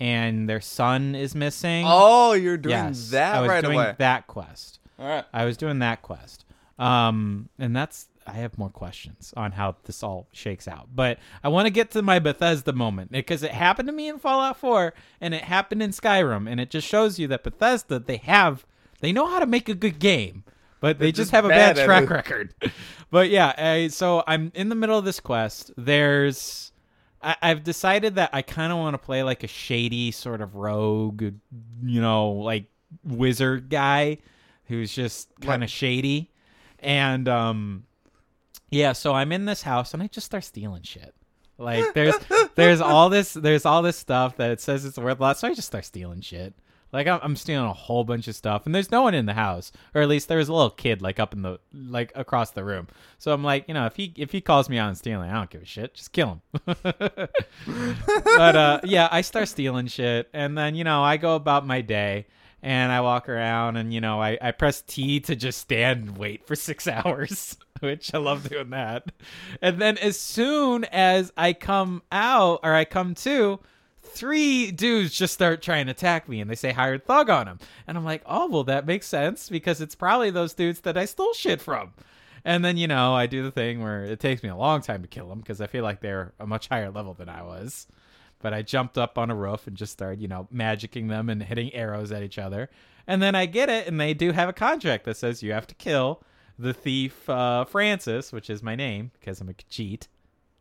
A: and their son is missing.
B: oh, you're doing
A: yes,
B: that
A: I was
B: right
A: doing
B: away.
A: that quest.
B: All right.
A: I was doing that quest. Um, and that's I have more questions on how this all shakes out, but I want to get to my Bethesda moment because it happened to me in Fallout 4 and it happened in Skyrim, and it just shows you that Bethesda they have they know how to make a good game, but they just
B: just
A: have a bad
B: bad at
A: track
B: it.
A: record. but yeah, I, so I'm in the middle of this quest. There's I, I've decided that I kind of want to play like a shady sort of rogue, you know, like wizard guy who's just kind of shady. And um yeah, so I'm in this house and I just start stealing shit. Like there's there's all this there's all this stuff that it says it's worth a lot, so I just start stealing shit. Like I'm, I'm stealing a whole bunch of stuff, and there's no one in the house, or at least there was a little kid like up in the like across the room. So I'm like, you know, if he if he calls me out on stealing, I don't give a shit. Just kill him. but uh, yeah, I start stealing shit, and then you know I go about my day, and I walk around, and you know I, I press T to just stand and wait for six hours, which I love doing that. And then as soon as I come out or I come to, three dudes just start trying to attack me, and they say hired thug on them, and I'm like, oh well, that makes sense because it's probably those dudes that I stole shit from. And then, you know, I do the thing where it takes me a long time to kill them because I feel like they're a much higher level than I was. But I jumped up on a roof and just started, you know, magicking them and hitting arrows at each other. And then I get it, and they do have a contract that says you have to kill the thief uh, Francis, which is my name because I'm a cheat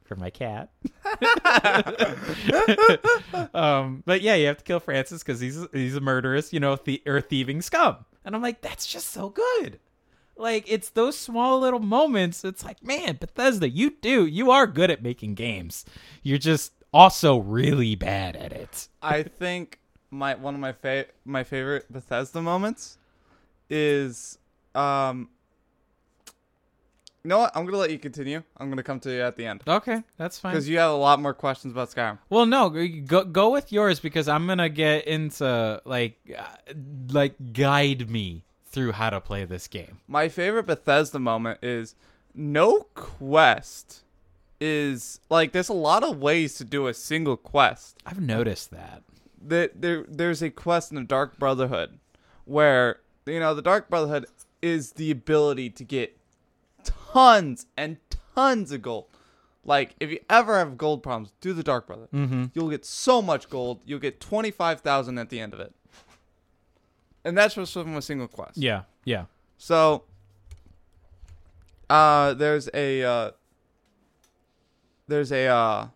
A: for my cat. um, but yeah, you have to kill Francis because he's he's a murderous, you know, the or thieving scum. And I'm like, that's just so good. Like it's those small little moments. It's like, man, Bethesda, you do, you are good at making games. You're just also really bad at it.
B: I think my one of my fa- my favorite Bethesda moments is um you know what? I'm gonna let you continue. I'm gonna come to you at the end
A: Okay, that's fine.
B: because you have a lot more questions about Skyrim.
A: Well, no, g- go go with yours because I'm gonna get into like uh, like guide me through how to play this game.
B: My favorite Bethesda moment is no quest is like there's a lot of ways to do a single quest.
A: I've noticed that.
B: that there there's a quest in the Dark Brotherhood where you know the Dark Brotherhood is the ability to get tons and tons of gold. Like if you ever have gold problems, do the Dark Brotherhood. Mm-hmm. You'll get so much gold. You'll get twenty five thousand at the end of it, and that's just from a single quest.
A: Yeah, yeah.
B: So, uh, there's a uh, there's a uh,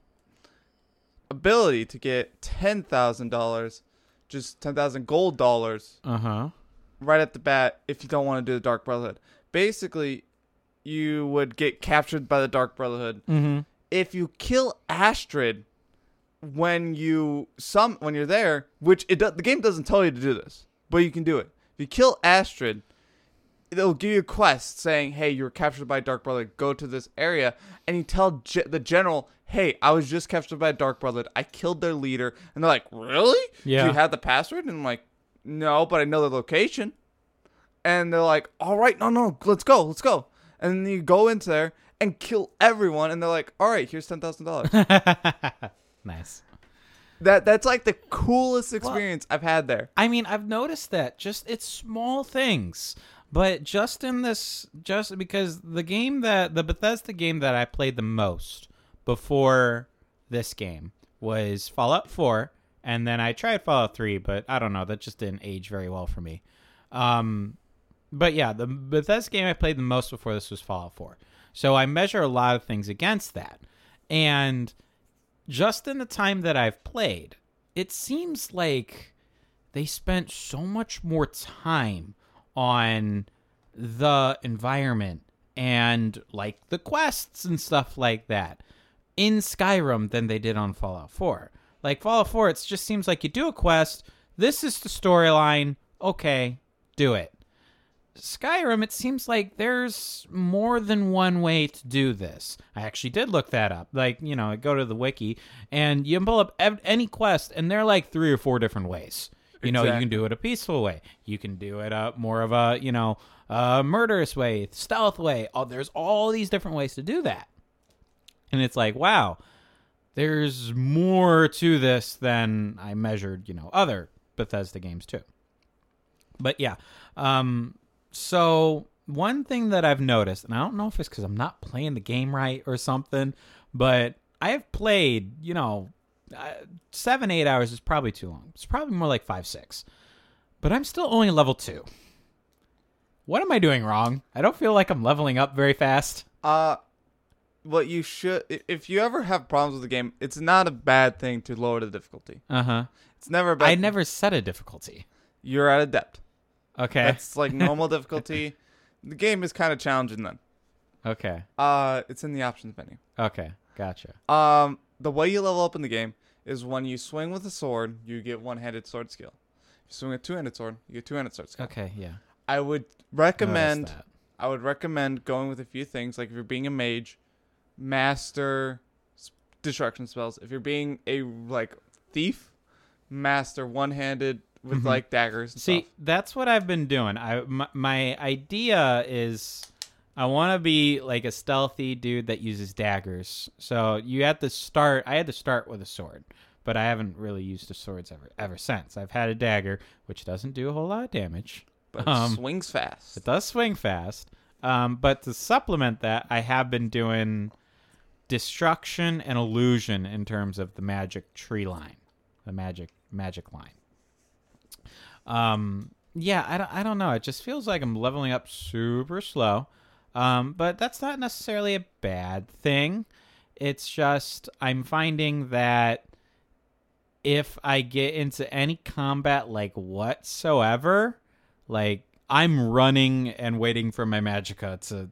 B: ability to get ten thousand dollars, just ten thousand gold dollars
A: Uh huh.
B: right at the bat if you don't want to do the Dark Brotherhood. Basically, you would get captured by the Dark Brotherhood
A: Mm-hmm.
B: if you kill Astrid when you some when you're there, which it do, the game doesn't tell you to do this, but you can do it. If you kill Astrid, it'll give you a quest saying, "Hey, you were captured by Dark Brother. Go to this area." And you tell ge- the general, "Hey, I was just captured by Dark Brother. I killed their leader." And they're like, "Really? Do
A: Yeah.
B: you have the password?" And I'm like, "No, but I know the location." and they're like, "All right, no, no, let's go, let's go." And then you go into there and kill everyone, and they're like, "All right, here's ten thousand dollars."
A: Nice.
B: that that's like the coolest experience I've had there.
A: I mean, I've noticed that just it's small things, but just in this, just because the game that the Bethesda game that I played the most before this game was Fallout 4, and then I tried Fallout 3, but I don't know, that just didn't age very well for me. Um, but yeah, the Bethesda game I played the most before this was Fallout 4. So I measure a lot of things against that. And just in the time that I've played, it seems like they spent so much more time on the environment and like the quests and stuff like that in Skyrim than they did on Fallout 4. Like Fallout 4, it just seems like you do a quest, this is the storyline, okay, do it. Skyrim, it seems like there's more than one way to do this. I actually did look that up. Like, you know, I go to the wiki and you can pull up ev- any quest, and there are like three or four different ways. You know, you
B: Exactly.
A: can do it a peaceful way. You can do it a more of a, you know, uh, murderous way, stealth way. Oh, there's all these different ways to do that. And it's like, wow, there's more to this than I measured, you know, other Bethesda games too. But yeah, um, so one thing that I've noticed, and I don't know if it's because I'm not playing the game right or something, but I have played, you know, uh, seven, eight hours is probably too long. It's probably more like five, six. But I'm still only level two. What am I doing wrong? I don't feel like I'm leveling up very fast.
B: Uh what you should i- if you ever have problems with the game, it's not a bad thing to lower the difficulty.
A: Uh huh.
B: It's never a bad
A: I never set a difficulty.
B: you're at a depth.
A: Okay.
B: That's like normal difficulty. The game is kind of challenging then.
A: okay.
B: Uh it's in the options menu.
A: Okay. Gotcha.
B: Um the way you level up in the game is when you swing with a sword, you get one-handed sword skill. If you swing a two-handed sword, you get two-handed sword skill.
A: Okay. Yeah.
B: I would
A: Noticed
B: recommend
A: that.
B: I would recommend going with a few things. Like if you're being a mage, master s- destruction spells. If you're being a like thief, master one-handed with like daggers. And
A: Mm-hmm. See,
B: stuff.
A: that's what I've been doing. I my, my idea is I want to be like a stealthy dude that uses daggers. So you had to start. I had to start with a sword, but I haven't really used the swords ever ever since. I've had a dagger, which doesn't do a whole lot of damage.
B: but it
A: um,
B: swings fast.
A: It does swing fast. Um, but to supplement that, I have been doing destruction and illusion in terms of the magic tree line, the magic magic line. Um, yeah, I don't, I don't know. It just feels like I'm leveling up super slow. Um, but that's not necessarily a bad thing. It's just I'm finding that if I get into any combat like whatsoever, like I'm running and waiting for my magica to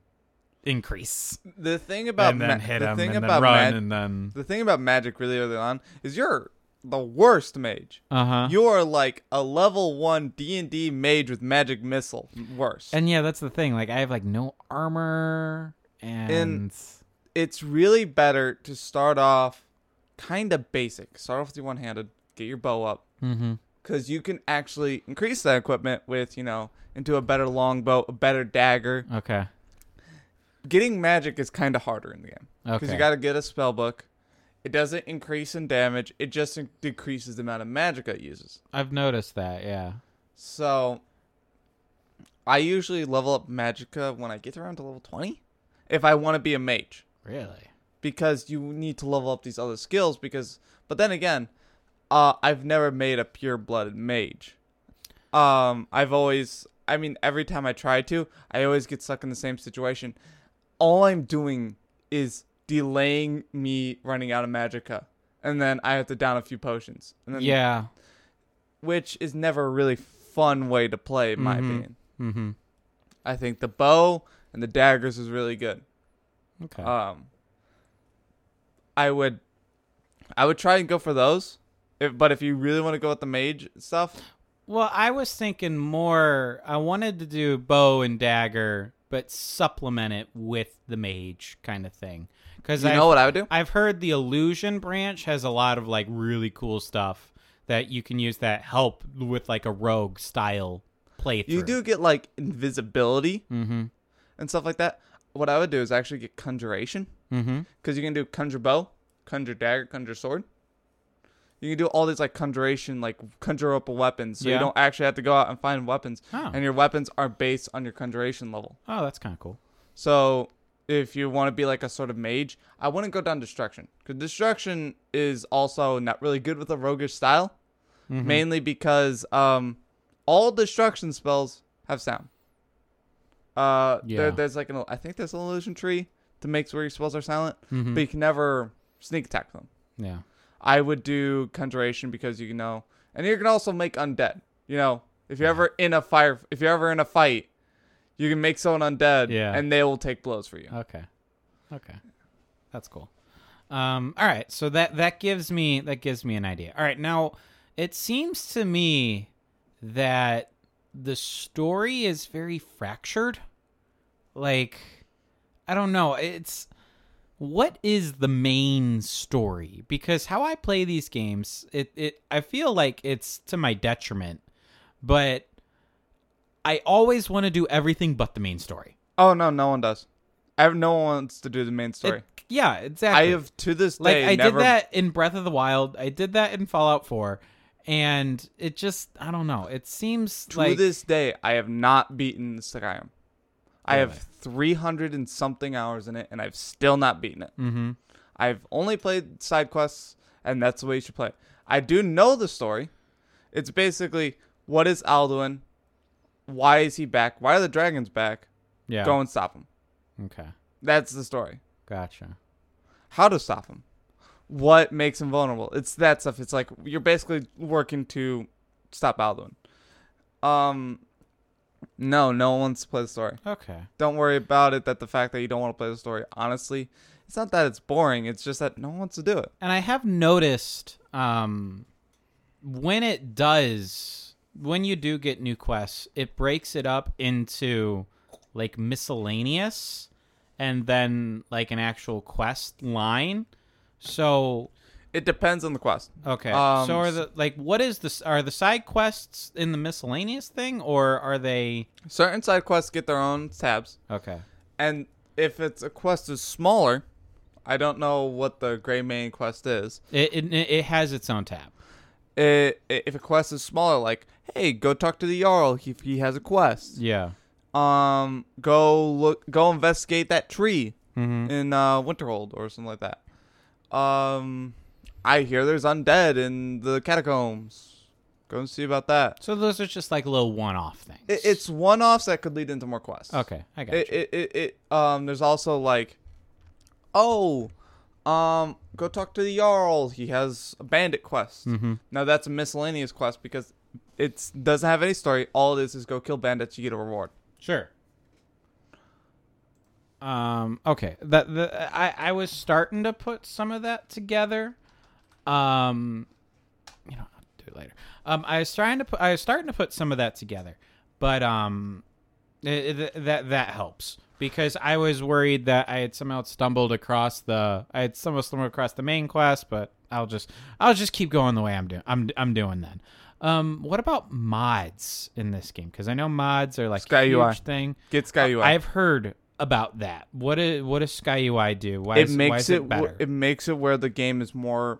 A: increase
B: The thing about
A: and then
B: ma-
A: hit
B: the
A: him
B: thing
A: and then
B: about
A: run
B: mag-
A: and then
B: the thing about magic really early on is you're the worst mage.
A: uh huh.
B: You're like a level one D and D mage with magic missile. Worse.
A: And yeah, that's the thing. Like I have like no armor and,
B: it's really better to start off kind of basic. Start off with your one handed, get your bow up,
A: Mhm.
B: because you can actually increase that equipment with, you know, into a better longbow, a better dagger.
A: okay.
B: Getting magic is kind of harder in the game because
A: Okay.
B: you got to get a spell book. It doesn't increase in damage, it just in- decreases the amount of magic it uses.
A: I've noticed that. Yeah.
B: So I usually level up magica when I get around to level 20 if I want to be a mage.
A: Really.
B: because you need to level up these other skills because but then again uh i've never made a pure blooded mage um i've always i mean every time i try to i always get stuck in the same situation all i'm doing is delaying me running out of magica and then i have to down a few potions and then,
A: Yeah.
B: which is never a really fun way to play in my
A: Mhm.
B: opinion
A: Mm-hmm.
B: i think the bow and the daggers is really good
A: Okay.
B: um i would i would try and go for those if, but if you really want to go with the mage stuff
A: Well, I was thinking more. I wanted to do bow and dagger, but supplement it with the mage kind of thing. Because
B: you know what i would do
A: I've heard the illusion branch has a lot of like really cool stuff that you can use that help with like a rogue style playthrough.
B: you do get like invisibility
A: Mm-hmm.
B: and stuff like that what i would do is actually get conjuration
A: Mm-hmm.
B: because you can do conjure bow conjure dagger conjure sword you can do all these like conjuration like conjure up a weapon so
A: Yeah.
B: you don't actually have to go out and find weapons
A: Oh.
B: and your weapons are based on your conjuration level
A: Oh, that's kind of cool.
B: So if you want to be like a sort of mage, I wouldn't go down destruction because destruction is also not really good with a roguish style, mainly because um, all destruction spells have sound. Uh,
A: Yeah.
B: there, there's like an I think there's an illusion tree that makes where your spells are silent, but you can never sneak attack them.
A: Yeah.
B: I would do conjuration because you know, and you can also make undead. You know, if you're ever in a fire, if you're ever in a fight, you can make someone undead,
A: Yeah.
B: and they will take blows for you.
A: Okay. Okay. That's cool. Um, all right, so that that gives me that gives me an idea. All right, now it seems to me that the story is very fractured. Like, I don't know. It's what is the main story? Because how I play these games, it, it I feel like it's to my detriment, but I always want to do everything but the main story.
B: Oh no, no one does. I have no one wants to do the main
A: It-
B: story.
A: yeah, exactly.
B: I have to this
A: like
B: day
A: I
B: never.
A: did that in Breath of the Wild. I did that in Fallout 4, and it just I don't know. It seems
B: To
A: like
B: this day, I have not beaten Skyrim. I have
A: Really?
B: three hundred and something hours in it, and I've still not beaten it.
A: hmm
B: I've only played side quests, and that's the way you should play. it. I do know the story. It's basically what is Alduin? Why is he back? Why are the dragons back?
A: yeah.
B: Go and stop him.
A: Okay,
B: That's the story.
A: gotcha.
B: How to stop him? What makes him vulnerable? It's that stuff. It's like you're basically working to stop Alduin. Um, no, no one wants to play the story.
A: Okay,
B: Don't worry about it. That the fact that you don't want to play the story, honestly, it's not that it's boring. It's just that no one wants to do it.
A: and I have noticed um when it does when you do get new quests, it breaks it up into like miscellaneous and then like an actual quest line. So
B: It depends on the quest.
A: Okay.
B: Um,
A: so are the like what is this are the side quests in the miscellaneous thing or are they
B: Certain side quests get their own tabs,
A: Okay.
B: and if it's a quest is smaller, I don't know what the gray main quest is.
A: It it, it has its own tab.
B: It, i- if a quest is smaller, like hey, go talk to the jarl if he has a quest.
A: Yeah.
B: Um, go look, go investigate that tree
A: Mhm.
B: in uh, Winterhold or something like that. Um, I hear there's undead in the catacombs. Go and see about that.
A: So those are just like little one-off things.
B: It, it's one-offs that could lead into more quests.
A: Okay, I got
B: it, it, it, it um there's also like oh um go talk to the jarl he has a bandit quest now that's a miscellaneous quest because it doesn't have any story all it is is go kill bandits you get a reward
A: Sure. Um. Okay. That the I I was starting to put some of that together. Um, you know, I'll do it later. Um, I was trying to put I was starting to put some of that together, but um, it, it- that that helps because I was worried that I had somehow stumbled across the I had somehow stumbled across the main quest, but I'll just I'll just keep going the way I'm doing I'm I'm doing then. Um, what about mods in this game? Because I know mods are like
B: Sky
A: a huge
B: UI.
A: thing.
B: get sky ui
A: I've heard about that. What do, what does Sky UI do? Why
B: it
A: is, why
B: makes
A: is
B: it
A: it better?
B: w- it makes it where the game is more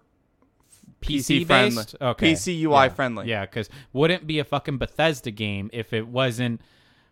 A: PC
B: friendly
A: based? Okay.
B: pc ui
A: Yeah.
B: friendly
A: Yeah, because wouldn't be a fucking Bethesda game if it wasn't.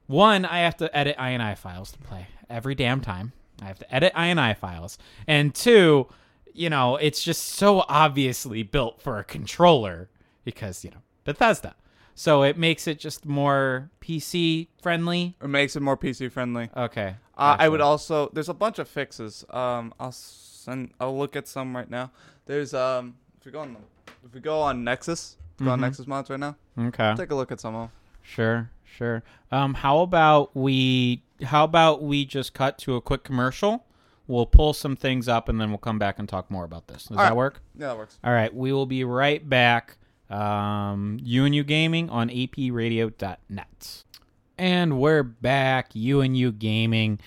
A: One, I have to edit INI files to play every damn time. I have to edit INI files. And two, you know, it's just so obviously built for a controller because, you know, Bethesda. So it makes it just more PC friendly.
B: it makes it more pc friendly
A: Okay.
B: Uh, I
A: gotcha.
B: would also. There's a bunch of fixes. Um, I'll send. I'll look at some right now. There's um. If we go on, the, if we go on Nexus, if
A: Mm-hmm.
B: we go on Nexus mods right now.
A: Okay.
B: Take a look at some of. 'em.
A: Sure, sure. Um, how about we? How about we just cut to a quick commercial? We'll pull some things up and then we'll come back and talk more about this. Does that
B: right.
A: work?
B: Yeah, that works.
A: All right, we will be right back. Um, you and you gaming on APRadio.net, and we're back. You and you gaming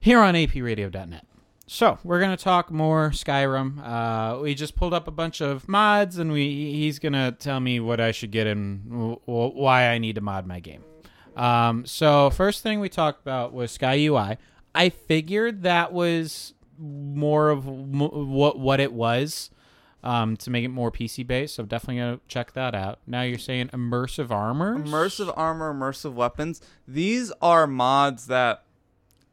A: here on APRadio.net. So we're gonna talk more Skyrim. Uh, we just pulled up a bunch of mods, and we he's gonna tell me what I should get and w- w- why I need to mod my game. Um, so first thing we talked about was Sky UI. I figured that was more of m- what what it was um, to make it more PC based. So definitely gonna check that out. Now you're saying immersive armors.
B: Immersive armor, immersive weapons. These are mods that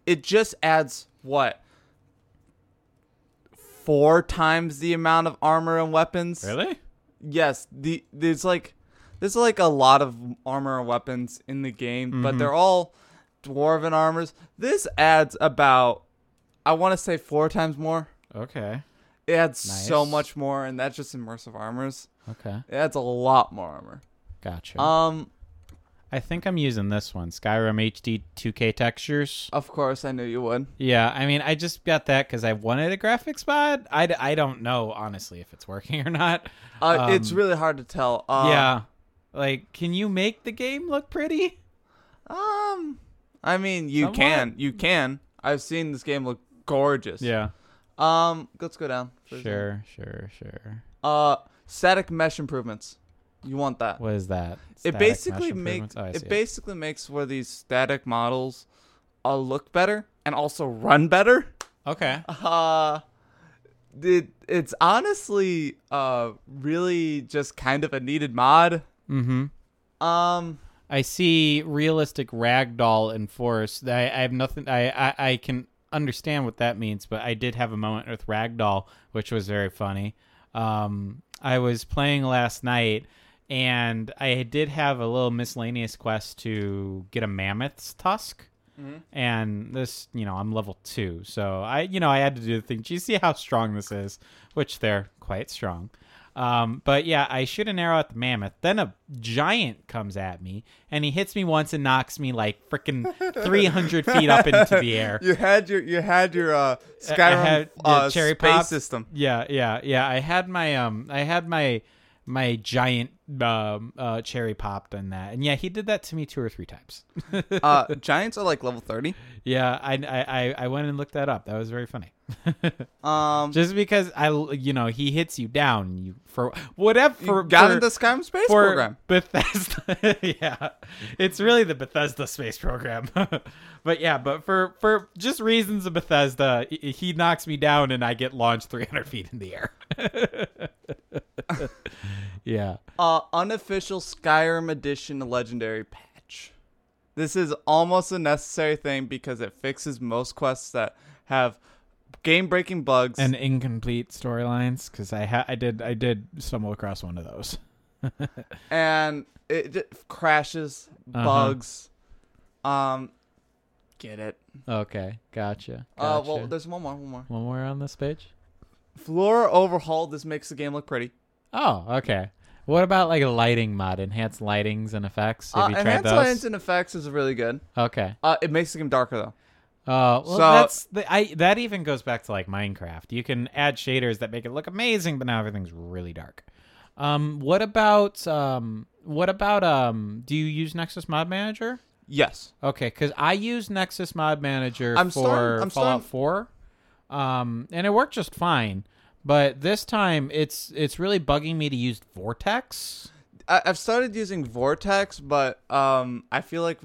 B: it just adds what four times the amount of armor and weapons.
A: really?
B: yes the there's like there's like a lot of armor and weapons in the game
A: Mm-hmm.
B: but they're all dwarven armors this adds about i want to say four times more
A: Okay.
B: it adds so
A: Nice.
B: much more and that's just immersive armors
A: Okay.
B: it adds a lot more armor
A: Gotcha.
B: um
A: I think I'm using this one, Skyrim HD 2K textures.
B: of course i knew you would
A: Yeah, I mean, I just got that because I wanted a graphics mod. I, d- I don't know honestly if it's working or not.
B: uh, it's
A: Um,
B: really hard to tell uh,
A: yeah, Like, can you make the game look pretty?
B: Um, I mean, you
A: Somewhat.
B: can, you can. I've seen this game look gorgeous.
A: Yeah.
B: Um, let's go down. There's a-
A: Sure, sure, sure.
B: Uh, static mesh improvements. You want that?
A: What is that? Static
B: it
A: mesh
B: basically
A: improvements?
B: makes
A: Oh, I see
B: it basically makes where these static models uh, look better and also run better.
A: Okay.
B: Uh, it, it's honestly uh really just kind of a needed mod.
A: Mm-hmm.
B: Um,
A: I see realistic ragdoll in force. I, I have nothing. I, I I can understand what that means, but I did have a moment with ragdoll, which was very funny. Um, I was playing last night, and I did have a little miscellaneous quest to get a mammoth's tusk. And this, you know, I'm level two, so I, you know, I had to do the thing. Do you see how strong this is? Which they're quite strong. Um, but yeah, I shoot an arrow at the mammoth. Then a giant comes at me, and he hits me once and knocks me like freaking 300 feet up into the air.
B: you had your you had your
A: I-
B: uh
A: I
B: Skyrim
A: had the
B: uh,
A: cherry
B: space
A: pop.
B: system.
A: Yeah, yeah, yeah. I had my um, I had my my giant um uh, cherry popped on that, and yeah, he did that to me two or three times.
B: Uh, giants are like level thirty.
A: yeah, I, I I- I went and looked that up. That was very funny.
B: Um,
A: Just because I you know he hits you down, you for whatever for,
B: you got
A: for-
B: into Skyrim space
A: for
B: program.
A: Bethesda. yeah, it's really the Bethesda space program. but yeah, but for for just reasons of Bethesda, i- i- he knocks me down and I get launched 300 feet in the air. yeah.
B: Uh, unofficial Skyrim edition legendary patch. This is almost a necessary thing because it fixes most quests that have game-breaking bugs.
A: And incomplete storylines because I ha- I did I did stumble across one of those.
B: and it j- crashes,
A: Uh-huh.
B: bugs. Um, get it.
A: Okay, gotcha.
B: Uh, well, there's one more, one more.
A: one more on this page.
B: Flora overhaul. This makes the game look pretty.
A: Oh, okay. What about like a lighting mod, enhanced lightings and effects? Have
B: Uh,
A: you tried
B: enhanced
A: those?
B: lights and effects is really good.
A: okay.
B: Uh, it makes the game darker though.
A: Uh, well,
B: So-
A: that's the, I that even goes back to like Minecraft. You can add shaders that make it look amazing, but now everything's really dark. Um, what about um, what about um, do you use Nexus Mod Manager?
B: Yes.
A: Okay, because I use Nexus Mod Manager
B: I'm
A: for
B: starting- I'm
A: Fallout Four, um, and it worked just fine. But this time, it's it's really bugging me to use Vortex.
B: I, I've started using Vortex, but um, I feel like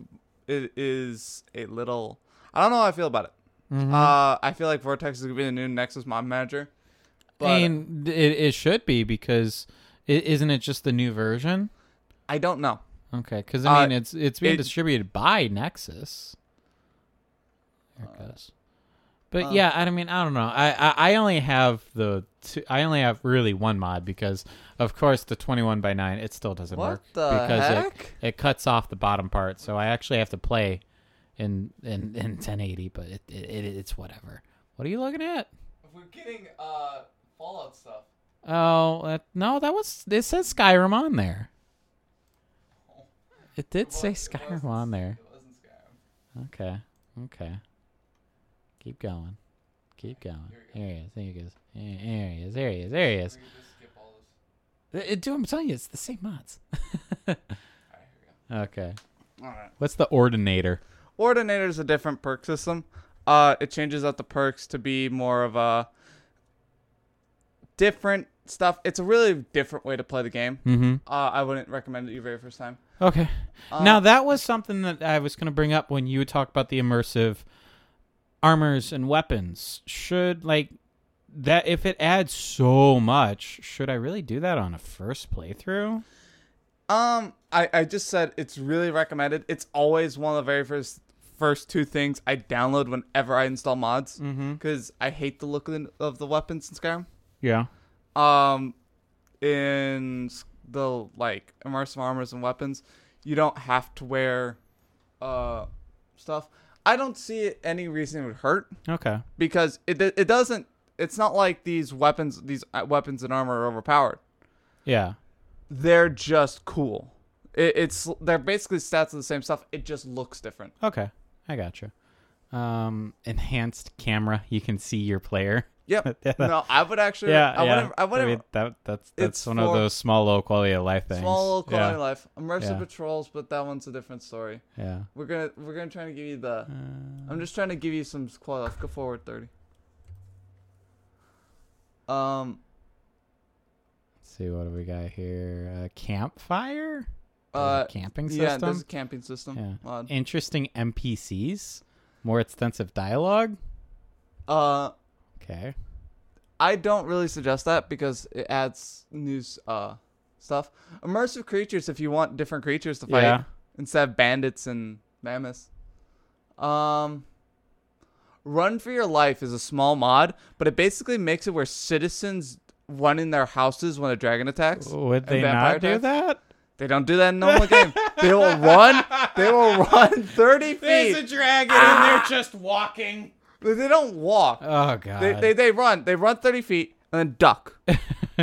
B: it is a little. I don't know how I feel about it.
A: Mm-hmm.
B: Uh, I feel like Vortex is gonna be the new Nexus mod manager. But
A: I mean, it, it should be because is isn't it just the new version?
B: I don't know.
A: Okay, because I
B: Uh,
A: mean, it's it's being
B: it-
A: distributed by Nexus. There
B: Uh,
A: it goes. But yeah, I mean, I don't know. I, I I only have the two, I only have really one mod because, of course, the twenty one by nine it still doesn't
B: What
A: work
B: the
A: because
B: heck?
A: it it cuts off the bottom part. So I actually have to play in in in ten eighty. But it, it, it it's whatever. What are you looking at?
B: We're getting uh, Fallout stuff.
A: Oh that, no, that was it says Skyrim on there. It did say Skyrim on there.
B: wasn't Skyrim.
A: Okay. Okay. Keep going. Keep going. Here he is. There he goes. Here here he is. There he is. There he is. Th- it- Dude, I'm telling you, it's the same mods. okay.
B: Alright.
A: What's the ordinator?
B: Ordinator is a different perk system. Uh, it changes out the perks to be more of a different stuff. It's a really different way to play the game.
A: Mm-hmm.
B: Uh, I wouldn't recommend it your very first time. Um,
A: Okay.
B: Uh,
A: now that was something that I was going to bring up when you talked about the immersive armors and weapons. Should like that if it adds so much, should I really do that on a first playthrough?
B: Um, I, I just said it's really recommended. It's always one of the very first first two things I download whenever I install mods
A: Mm-hmm.
B: because I hate the look of the, of the weapons in
A: Yeah.
B: Skyrim. Um, in s- the like immersive armors and weapons, you don't have to wear uh stuff. I don't see any reason it would hurt
A: Okay.
B: because it it doesn't. It's not like these weapons these uh, weapons and armor are overpowered
A: Yeah.
B: they're just cool. It, it's they're basically stats of the same stuff. It just looks different.
A: Okay, I gotcha. Um, enhanced camera. You can see your player.
B: Yep.
A: Yeah, that-
B: no, I would actually.
A: yeah,
B: I
A: yeah.
B: wouldn't. I wouldn't.
A: mean, that that's
B: it's
A: that's one of
B: for-
A: those small low quality of life things.
B: small local
A: yeah,
B: quality life. Immersive
A: Yeah.
B: patrols, but that one's a different story.
A: Yeah.
B: We're gonna we're gonna try to give you the.
A: Uh,
B: I'm just trying to give you some quality life. Go forward thirty. Um.
A: let's see what do we got here? Uh, campfire. There's a
B: Uh.
A: camping
B: Yeah.
A: system.
B: There's a camping system.
A: Yeah.
B: Mod.
A: Interesting NPCs. More extensive dialogue.
B: Uh.
A: Okay.
B: I don't really suggest that because it adds new s- uh stuff. Immersive creatures if you want different creatures to fight
A: Yeah.
B: instead of bandits and mammoths. Um Run for Your Life is a small mod, but it basically makes it where citizens run in their houses when a dragon attacks.
A: Would
B: and
A: they
B: vampire
A: not do
B: attacks.
A: that?
B: They don't do that in normal game. They will run. They will run 30 feet.
A: dragon and they're just walking.
B: They don't walk.
A: Ah! Oh god.
B: they, they they run. They run 30 feet and then duck.
A: oh,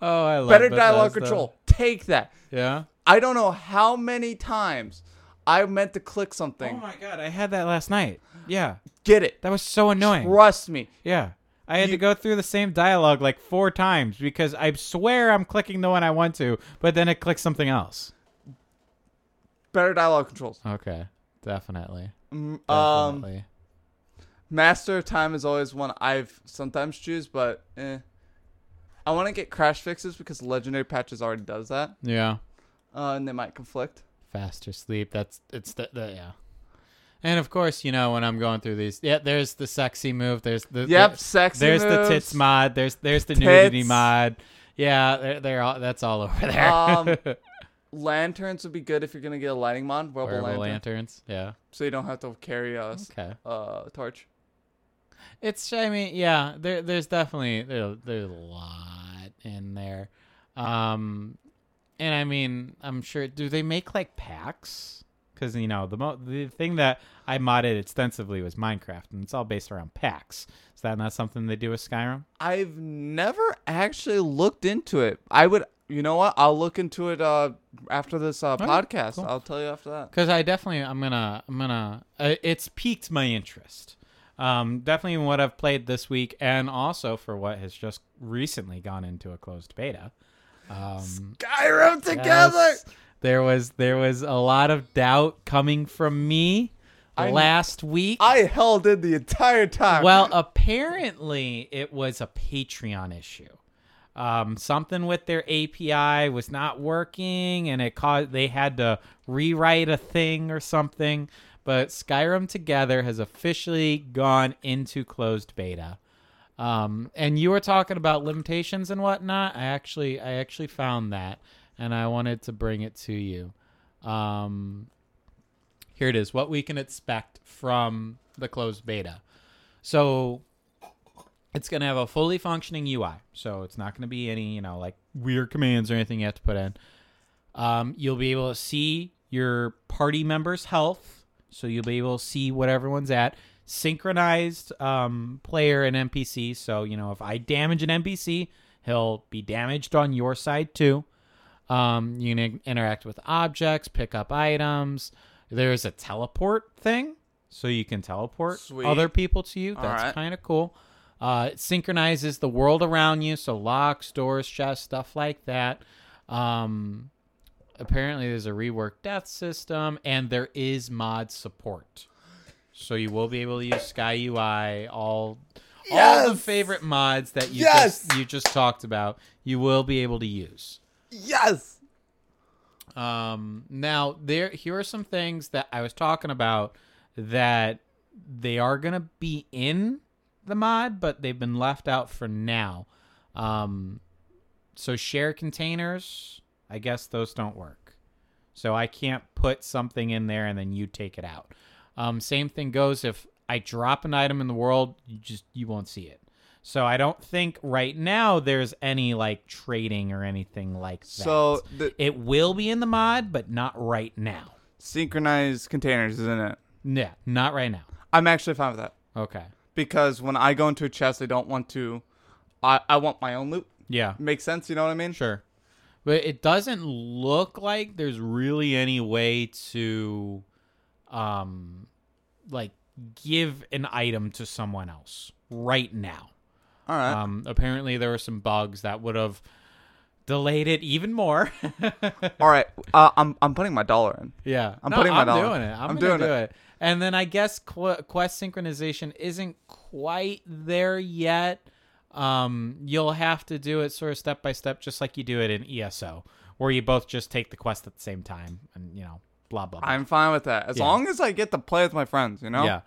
A: I love
B: Better
A: Bethesda.
B: dialogue control. Take that.
A: Yeah.
B: I don't know how many times I meant to click something.
A: Oh my god, I had that last night. Yeah,
B: Get it.
A: that was so annoying.
B: Trust me.
A: Yeah, I had
B: You-
A: to go through the same dialogue like four times because I swear I'm clicking the one I want to, but then it clicks something else.
B: Better dialogue controls.
A: Okay, definitely.
B: Mm, Um, master of time is always one I've sometimes choose, but eh. I want to get crash fixes because legendary patches already does that,
A: yeah,
B: uh, and they might conflict.
A: faster sleep. That's it's the, the yeah. And of course, you know when I'm going through these, yeah. There's the sexy move. There's the
B: Yep,
A: the-
B: sexy.
A: There's
B: moves.
A: the tits mod. There's there's the
B: Tits.
A: nudity mod. Yeah, they're, they're all that's all over there.
B: Um, Lanterns would be good if you're gonna get a lighting mod, wearable,
A: Wearable
B: lantern,
A: lanterns. Yeah.
B: so you don't have to carry a s-
A: Okay.
B: uh, torch.
A: It's I mean yeah. There there's definitely there, there's a lot in there, um, and I mean I'm sure do they make like packs? Because you know the mo- the thing that I modded extensively was Minecraft, and it's all based around packs. Is that not something they do with Skyrim?
B: I've never actually looked into it. I would, you know what? I'll look into it uh, after this uh,
A: right,
B: podcast.
A: cool.
B: I'll tell you after that.
A: because I definitely I'm gonna I'm gonna uh, it's piqued my interest. Um, definitely in what I've played this week, and also for what has just recently gone into a closed beta. Um,
B: Skyrim together.
A: yes, there was there was a lot of doubt coming from me
B: I-
A: last week.
B: I held in the entire time.
A: Well, apparently it was a Patreon issue. Um, something with their API was not working, and it caused they had to rewrite a thing or something. But Skyrim Together has officially gone into closed beta. Um, and you were talking about limitations and whatnot. I actually, I actually found that, and I wanted to bring it to you. Um, here it is. What we can expect from the closed beta. So it's going to have a fully functioning UI. So it's not going to be any, you know, like weird commands or anything you have to put in. Um, you'll be able to see your party members' health. So you'll be able to see what everyone's at. Synchronized um, player and NPC. So, you know, if I damage an NPC, he'll be damaged on your side too. Um, you can interact with objects, pick up items. There's a teleport thing, so you can teleport
B: Sweet.
A: other people to you.
B: All
A: That's
B: right.
A: kind of cool. Uh, it synchronizes the world around you, so locks, doors, chests, stuff like that. Um, apparently, there's a reworked death system, and there is mod support. So you will be able to use Sky UI, all all the
B: Yes!
A: favorite mods that you
B: Yes!
A: just you just talked about. You will be able to use.
B: yes.
A: Um, now there here are some things that I was talking about that they are gonna be in the mod, but they've been left out for now. Um, so share containers, I guess those don't work. So I can't put something in there and then you take it out. Um, same thing goes if I drop an item in the world, you just you won't see it. So I don't think right now there's any like trading or anything like that.
B: So the
A: It will be in the mod, but not right now.
B: synchronized containers, isn't it?
A: Yeah, not right now.
B: I'm actually fine with that
A: Okay.
B: because when I go into a chest, I don't want to. I I want my own loot.
A: Yeah,
B: Makes sense. You know what I mean?
A: sure. But it doesn't look like there's really any way to um like give an item to someone else right now.
B: All right.
A: Um, apparently, there were some bugs that would have delayed it even more.
B: All right. Uh, I'm I'm putting my dollar in.
A: yeah,
B: I'm
A: No,
B: putting my
A: I'm
B: dollar.
A: doing it. I'm,
B: I'm
A: gonna
B: doing
A: do it. And then I guess qu- quest synchronization isn't quite there yet. Um, you'll have to do it sort of step by step, just like you do it in ESO, where you both just take the quest at the same time, and you know, blah blah. blah.
B: I'm fine with that. As long as I get to play with my friends, you know?
A: Yeah.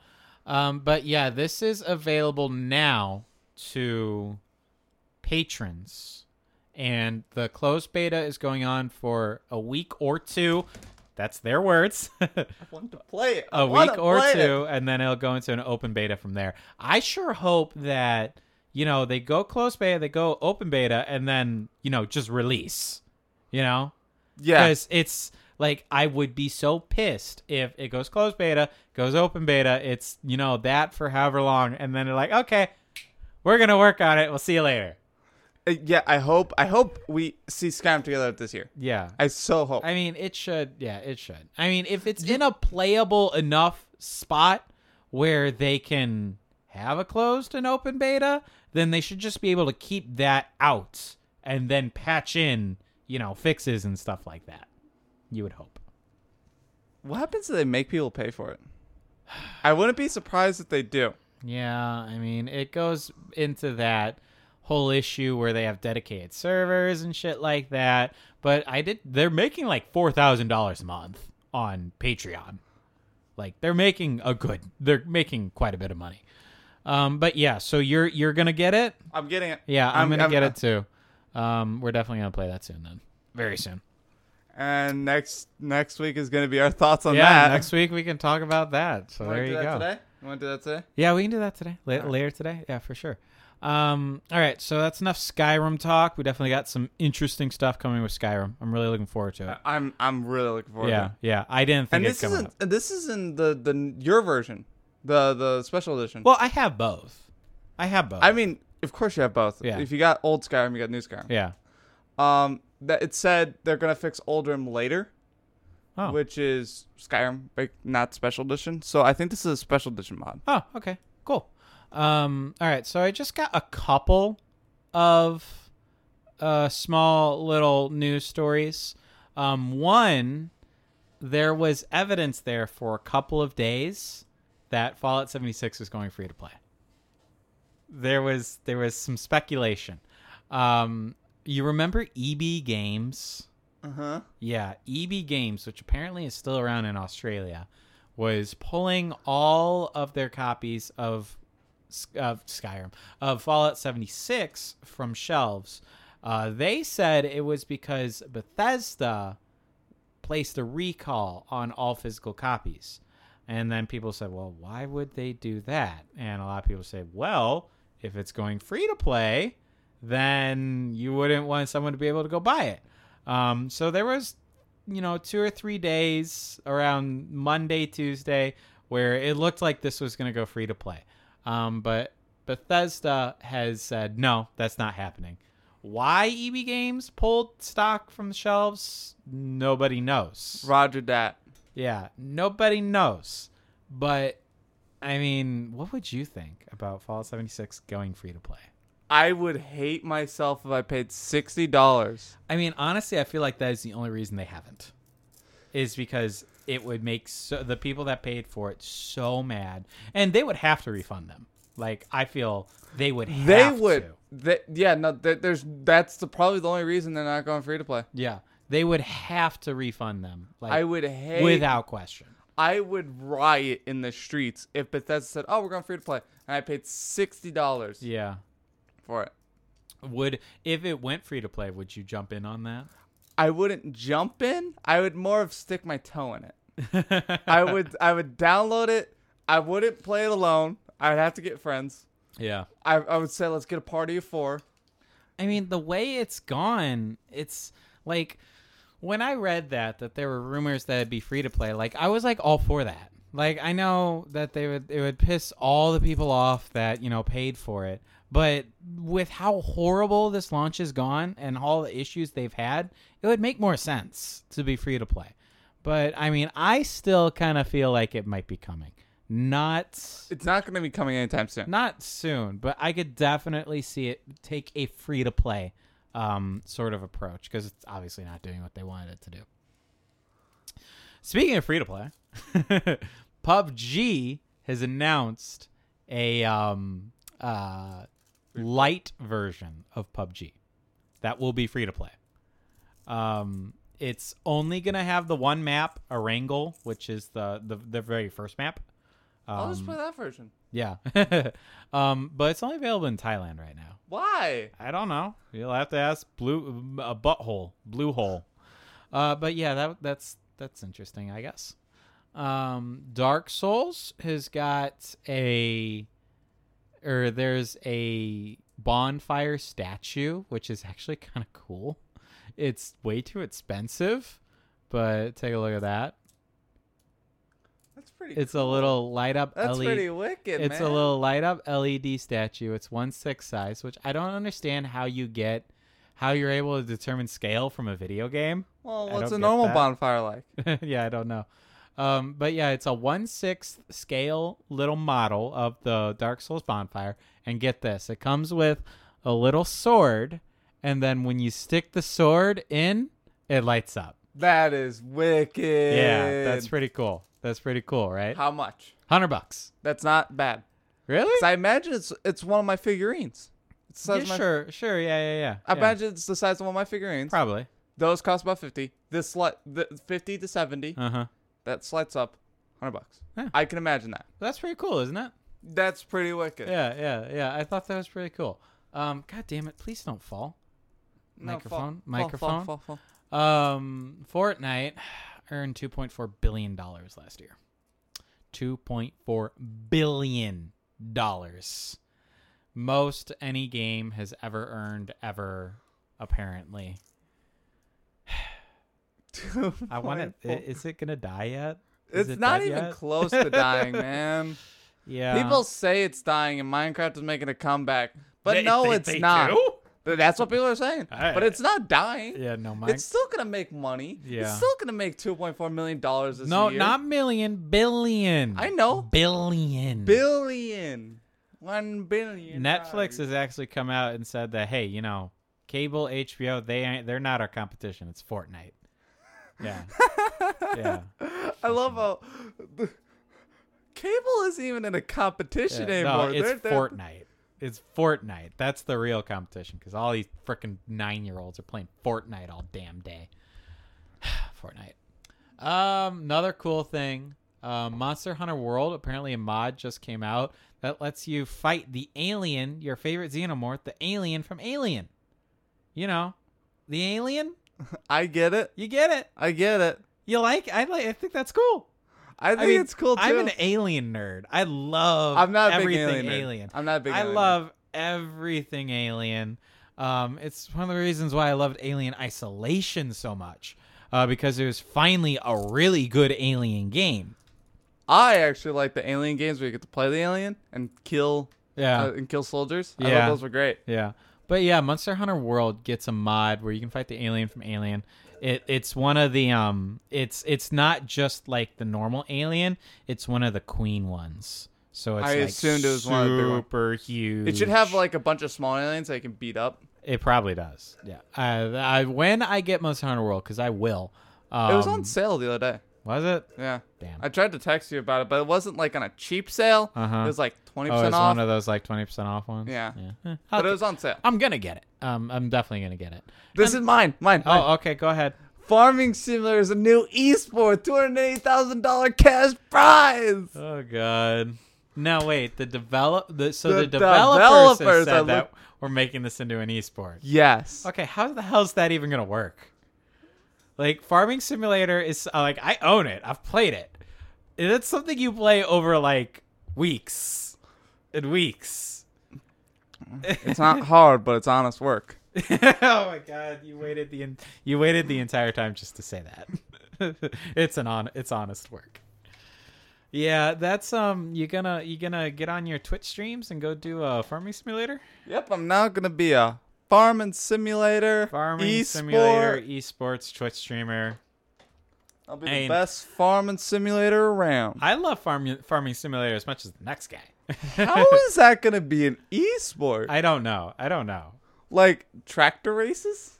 A: Um, but yeah, this is available now to patrons. And the closed beta is going on for a week or two. That's their words.
B: want to play it.
A: a week or two, and then it'll go into an open beta from there. I sure hope that, you know, they go closed beta, they go open beta, and then, you know, just release. You know?
B: Yeah.
A: because it's like I would be so pissed if it goes closed beta, goes open beta. It's you know that for however long, and then they're like, okay, we're gonna work on it. We'll see you later.
B: Uh, Yeah. I hope. I hope we see Skyrim together this year.
A: Yeah,
B: I so hope.
A: I mean it should. Yeah, it should. I mean if it's in a playable enough spot where they can have a closed and open beta, then they should just be able to keep that out and then patch in you know fixes and stuff like that. You would hope.
B: what happens if they make people pay for it? I wouldn't be surprised if they do.
A: Yeah, I mean, it goes into that whole issue where they have dedicated servers and shit like that. But I did they're making like $4,000 a month on Patreon. Like they're making a good they're making quite a bit of money. Um but yeah, so you're you're going to get it?
B: I'm getting it.
A: Yeah, I'm,
B: I'm-
A: going to
B: I'm-
A: get it too. Um we're definitely going to play that soon then. Very soon.
B: And next next week is gonna be our thoughts on
A: Yeah,
B: that.
A: next week we can talk about that. So
B: Wanna
A: there
B: do
A: you
B: that
A: go.
B: Today? You want to do that today?
A: Yeah, we can do that today. La- Later today. Yeah, for sure. Um, all right, so that's enough Skyrim talk. We definitely got some interesting stuff coming with Skyrim. I'm really looking forward to it.
B: I- I'm I'm really looking Uh, forward.
A: yeah,
B: to it.
A: yeah. I didn't think
B: And
A: it's
B: this
A: coming
B: isn't
A: up.
B: and this isn't the the your version, the the special edition.
A: Well, I have both. I have both.
B: I mean, of course you have both.
A: Yeah.
B: If you got old Skyrim, you got new Skyrim.
A: yeah.
B: Um, that it said they're gonna fix old Rim later,
A: Oh.
B: which is Skyrim, like not special edition. So I think this is a special edition mod.
A: Oh, okay. Cool. Um, all right, so I just got a couple of uh, small little news stories. Um, one, there was evidence there for a couple of days that Fallout 76 was going free to play. There was there was some speculation. Um, you remember EB Games?
B: Uh huh.
A: Yeah, EB Games, which apparently is still around in Australia, was pulling all of their copies of S- of Skyrim of Fallout 76 from shelves. Uh, they said it was because Bethesda placed a recall on all physical copies. And then people said, well, why would they do that? And a lot of people say, well, if it's going free to play, then you wouldn't want someone to be able to go buy it. Um, so there was, you know, two or three days around Monday, Tuesday, where it looked like this was going to go free to play. Um, but Bethesda has said, no, that's not happening. Why EB Games pulled stock from the shelves, nobody knows.
B: Roger that.
A: Yeah, nobody knows. But I mean, what would you think about Fallout 76 going free to play?
B: I would hate myself if I paid sixty dollars.
A: I mean, honestly, I feel like that is the only reason they haven't. Is because it would make so, the people that paid for it so mad, and they would have to refund them. Like I feel they would. Have
B: They would.
A: to.
B: They, yeah. No. th there's. That's the probably the only reason they're not going free to play.
A: Yeah, they would have to refund them. Like
B: I would hate.
A: without question.
B: I would riot in the streets if Bethesda said, "Oh, we're going free to play," and I paid sixty dollars
A: Yeah.
B: for it.
A: Would if it went free to play, would you jump in on that?
B: I wouldn't jump in. I would more of stick my toe in it. I would. I would download it. I wouldn't play it alone. I would have to get friends.
A: yeah.
B: I, I would say let's get a party of four.
A: I mean, the way it's gone, it's like when I read that that there were rumors that it'd be free to play. Like I was like all for that. Like I know that they would it would piss all the people off that you know paid for it, but with how horrible this launch has gone and all the issues they've had, it would make more sense to be free to play. But I mean, I still kind of feel like it might be coming. Not
B: It's not going to be coming anytime soon.
A: not soon, but I could definitely see it take a free to play um, sort of approach because it's obviously not doing what they wanted it to do. Speaking of free to play, PUBG has announced a um, uh, light version of PUBG that will be free to play. Um, it's only gonna have the one map, Arangle, which is the the, the very first map.
B: I'll
A: Um,
B: just play that version.
A: yeah. um, but it's only available in Thailand right now.
B: Why?
A: I don't know. You'll have to ask blue a butthole, blue hole. Uh, but yeah, that that's that's interesting, I guess. Um, Dark Souls has got a or there's a bonfire statue, which is actually kind of cool. It's way too expensive, but take a look at that.
B: That's pretty.
A: It's a little light up E
B: that's
A: LED
B: pretty wicked.
A: it's
B: man.
A: a little light up LED statue. It's one six size, which I don't understand how you get, how you're able to determine scale from a video game.
B: Well,
A: I
B: what's
A: don't
B: a
A: get
B: normal
A: that.
B: bonfire like?
A: yeah, I don't know. Um, but yeah, it's a one sixth scale little model of the Dark Souls bonfire. And get this, it comes with a little sword, and then when you stick the sword in, it lights up.
B: That is wicked.
A: Yeah, that's pretty cool. That's pretty cool, right?
B: How much?
A: Hundred bucks.
B: That's not bad.
A: Really?
B: 'Cause I imagine it's it's one of my figurines. It's the size
A: Yeah,
B: of my-
A: sure, sure. Yeah, yeah, yeah.
B: I
A: yeah.
B: imagine it's the size of one of my figurines.
A: probably.
B: Those cost about fifty. This sli- the fifty to seventy.
A: Uh huh.
B: that slides up, hundred bucks.
A: Yeah.
B: I can imagine that.
A: That's pretty cool, isn't it?
B: That's pretty wicked.
A: Yeah, yeah, yeah. I thought that was pretty cool. Um, God damn it! Please don't fall.
B: No, fall-
A: microphone,
B: fall,
A: microphone.
B: Fall, fall, fall.
A: Um, Fortnite earned two point four billion dollars last year. Two point four billion dollars, most any game has ever earned ever. Apparently, I want it. i- Is it gonna die yet? Is
B: It's
A: it
B: not
A: dead
B: even
A: yet?
B: close to dying, man.
A: Yeah,
B: People say it's dying and Minecraft is making a comeback, but
A: They-
B: no,
A: they-
B: it's
A: they
B: not.
A: do?
B: But That's what people are saying.
A: I-
B: but it's not dying.
A: Yeah, no, Minecraft.
B: It's still gonna make money.
A: Yeah.
B: It's still gonna make two point four million dollars this
A: No,
B: year.
A: not million, billion.
B: I know.
A: billion.
B: billion. One billion.
A: Netflix
B: dollars.
A: has actually come out and said that hey, you know, cable, HBO, they ain't, they're not our competition. It's Fortnite. Yeah, yeah.
B: I love how cable isn't even in a competition
A: Yeah. No,
B: anymore.
A: it's
B: They're- they're-
A: Fortnite. It's Fortnite. That's the real competition because all these freaking nine year olds are playing Fortnite all damn day. Fortnite. Um, another cool thing uh, Monster Hunter World, apparently a mod just came out that lets you fight the alien, your favorite xenomorph, the alien from Alien. You know, the alien?
B: I get it.
A: You get it.
B: I get it.
A: You like? I like. I think that's cool.
B: I think
A: I mean,
B: it's cool too.
A: I'm an alien nerd. I love
B: I'm not a big
A: everything
B: alien. nerd. I'm not a big.
A: I
B: alien nerd.
A: love everything Alien. Um, it's one of the reasons why I loved Alien Isolation so much, uh, because it was finally a really good Alien game.
B: I actually like the alien games where you get to play the alien and kill
A: Yeah,
B: uh, and kill soldiers. I
A: Yeah.
B: thought those were great.
A: yeah, but yeah, Monster Hunter World gets a mod where you can fight the alien from Alien. It it's one of the um, it's it's not just like the normal alien. It's one of the queen ones. So it's
B: I
A: like
B: assumed it was one of the big ones.
A: super huge.
B: It should have like a bunch of small aliens that you can beat up.
A: It probably does. Yeah. I, I when I get Monster Hunter World because I will. Um,
B: It was on sale the other day.
A: Was it?
B: Yeah.
A: Damn.
B: I tried to text you about it, but it wasn't like on a cheap sale.
A: Uh-huh.
B: It was like twenty
A: oh,
B: percent
A: it's
B: off.
A: one of those like twenty percent off ones.
B: Yeah.
A: Eh,
B: but
A: I'll-
B: it was on sale. Um,
A: I'm gonna get it. Um, I'm definitely gonna get it.
B: Uh, This is mine. Mine. mine.
A: Oh, okay. Go ahead.
B: Farming Simulator is a new esport, two hundred eighty thousand dollar cash prize.
A: Oh God. No, wait. The develop the so the,
B: The
A: developers, have
B: developers, I
A: said that we're making this into an esport.
B: Yes.
A: Okay, how the hell is that even gonna work? Like Farming Simulator is uh, like I own it. I've played it. That's something you play over like weeks and weeks.
B: It's not hard, but it's honest work.
A: oh my god, you waited the en- you waited the entire time just to say that. it's an on it's honest work. Yeah, that's um you gonna you gonna get on your Twitch streams and go do a Farming Simulator?
B: Yep, I'm now gonna be a farming simulator,
A: Farming
B: e-sport.
A: Simulator esports Twitch streamer.
B: I'll be the
A: Ain't-
B: best farming simulator around.
A: I love farm, farming simulator as much as the next guy.
B: How is that going to be an e-sport?
A: I don't know. I don't know.
B: like tractor races?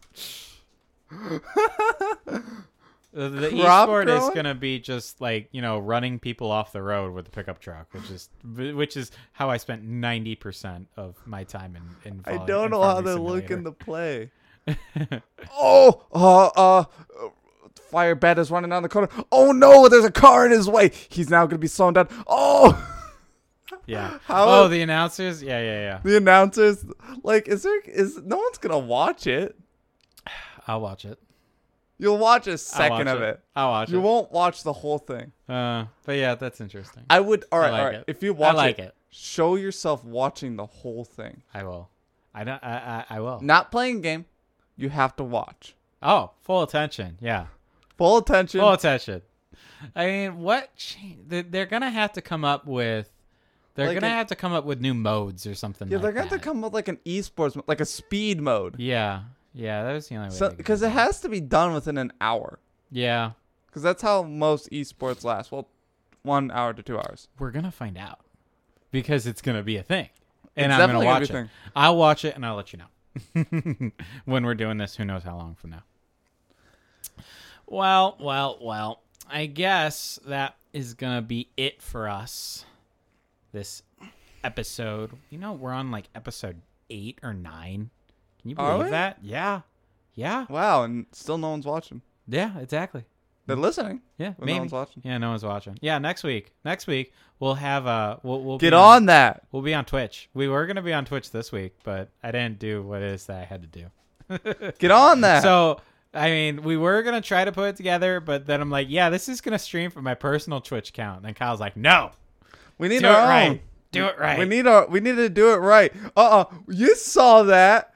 A: The, the
B: Crop
A: esport is
B: growing?
A: gonna be just like you know running people off the road with a pickup truck, which is which is how I spent ninety percent of my time in. in
B: I
A: Fallout-
B: don't
A: in
B: know how
A: Farming
B: they're looking
A: Simulator.
B: to play. oh, uh, uh, fire bat is running down the corner. Oh no, there's a car in his way. He's now gonna be slowing down. Oh,
A: Yeah.
B: How-
A: oh, the announcers. Yeah, yeah, yeah.
B: the announcers. Like, is there? Is no one's gonna watch it?
A: I'll watch it.
B: You'll watch a
A: I'll watch
B: second of it.
A: I'll watch
B: You
A: it.
B: won't watch the whole thing.
A: Uh, but yeah, that's interesting.
B: I would. All right,
A: like
B: all right.
A: it.
B: If you
A: I
B: watch
A: like
B: it,
A: it.
B: show yourself watching the whole thing,
A: I will. I don't. I. I, I will.
B: not playing game. You have to watch
A: Oh, full attention. Yeah,
B: full attention.
A: full attention. I mean, what change? They're gonna have to come up with. They're
B: Like
A: gonna
B: an-
A: have to come up with new modes or something.
B: yeah,
A: like
B: they're gonna have
A: that.
B: to come with like an esports, mo- like a speed mode.
A: Yeah, yeah, that was the only way.
B: So
A: they could
B: because
A: do
B: it has to be done within an hour,
A: yeah,
B: because that's how most esports last. Well, one hour to two hours.
A: we're gonna find out because it's gonna be a thing, and
B: It's
A: I'm gonna
B: definitely gonna
A: watch
B: be a
A: it.
B: thing.
A: I'll watch it and I'll let you know when we're doing this. Who knows how long from now? Well, well, well. I guess that is gonna be it for us. This episode, you know, we're on like episode eight or nine. Can you
B: Are
A: believe
B: we?
A: that? Yeah, yeah,
B: Wow, and still no one's watching.
A: yeah. Exactly.
B: They're listening.
A: Yeah,
B: Well, no
A: Mm. maybe.
B: one's watching.
A: Yeah, no one's watching. Yeah, next week. Next week we'll have uh we'll, we'll
B: Get
A: be
B: on that.
A: We'll be on Twitch. We were gonna be on Twitch this week, but I didn't do what it is that I had to do.
B: Get on that.
A: So I mean, we were gonna try to put it together, but then I'm like, yeah, this is gonna stream from my personal Twitch account. And then Kyle's like, no,
B: we need
A: do it
B: our own.
A: right, do it right.
B: We need our. We need to do it right. Uh uh You saw that.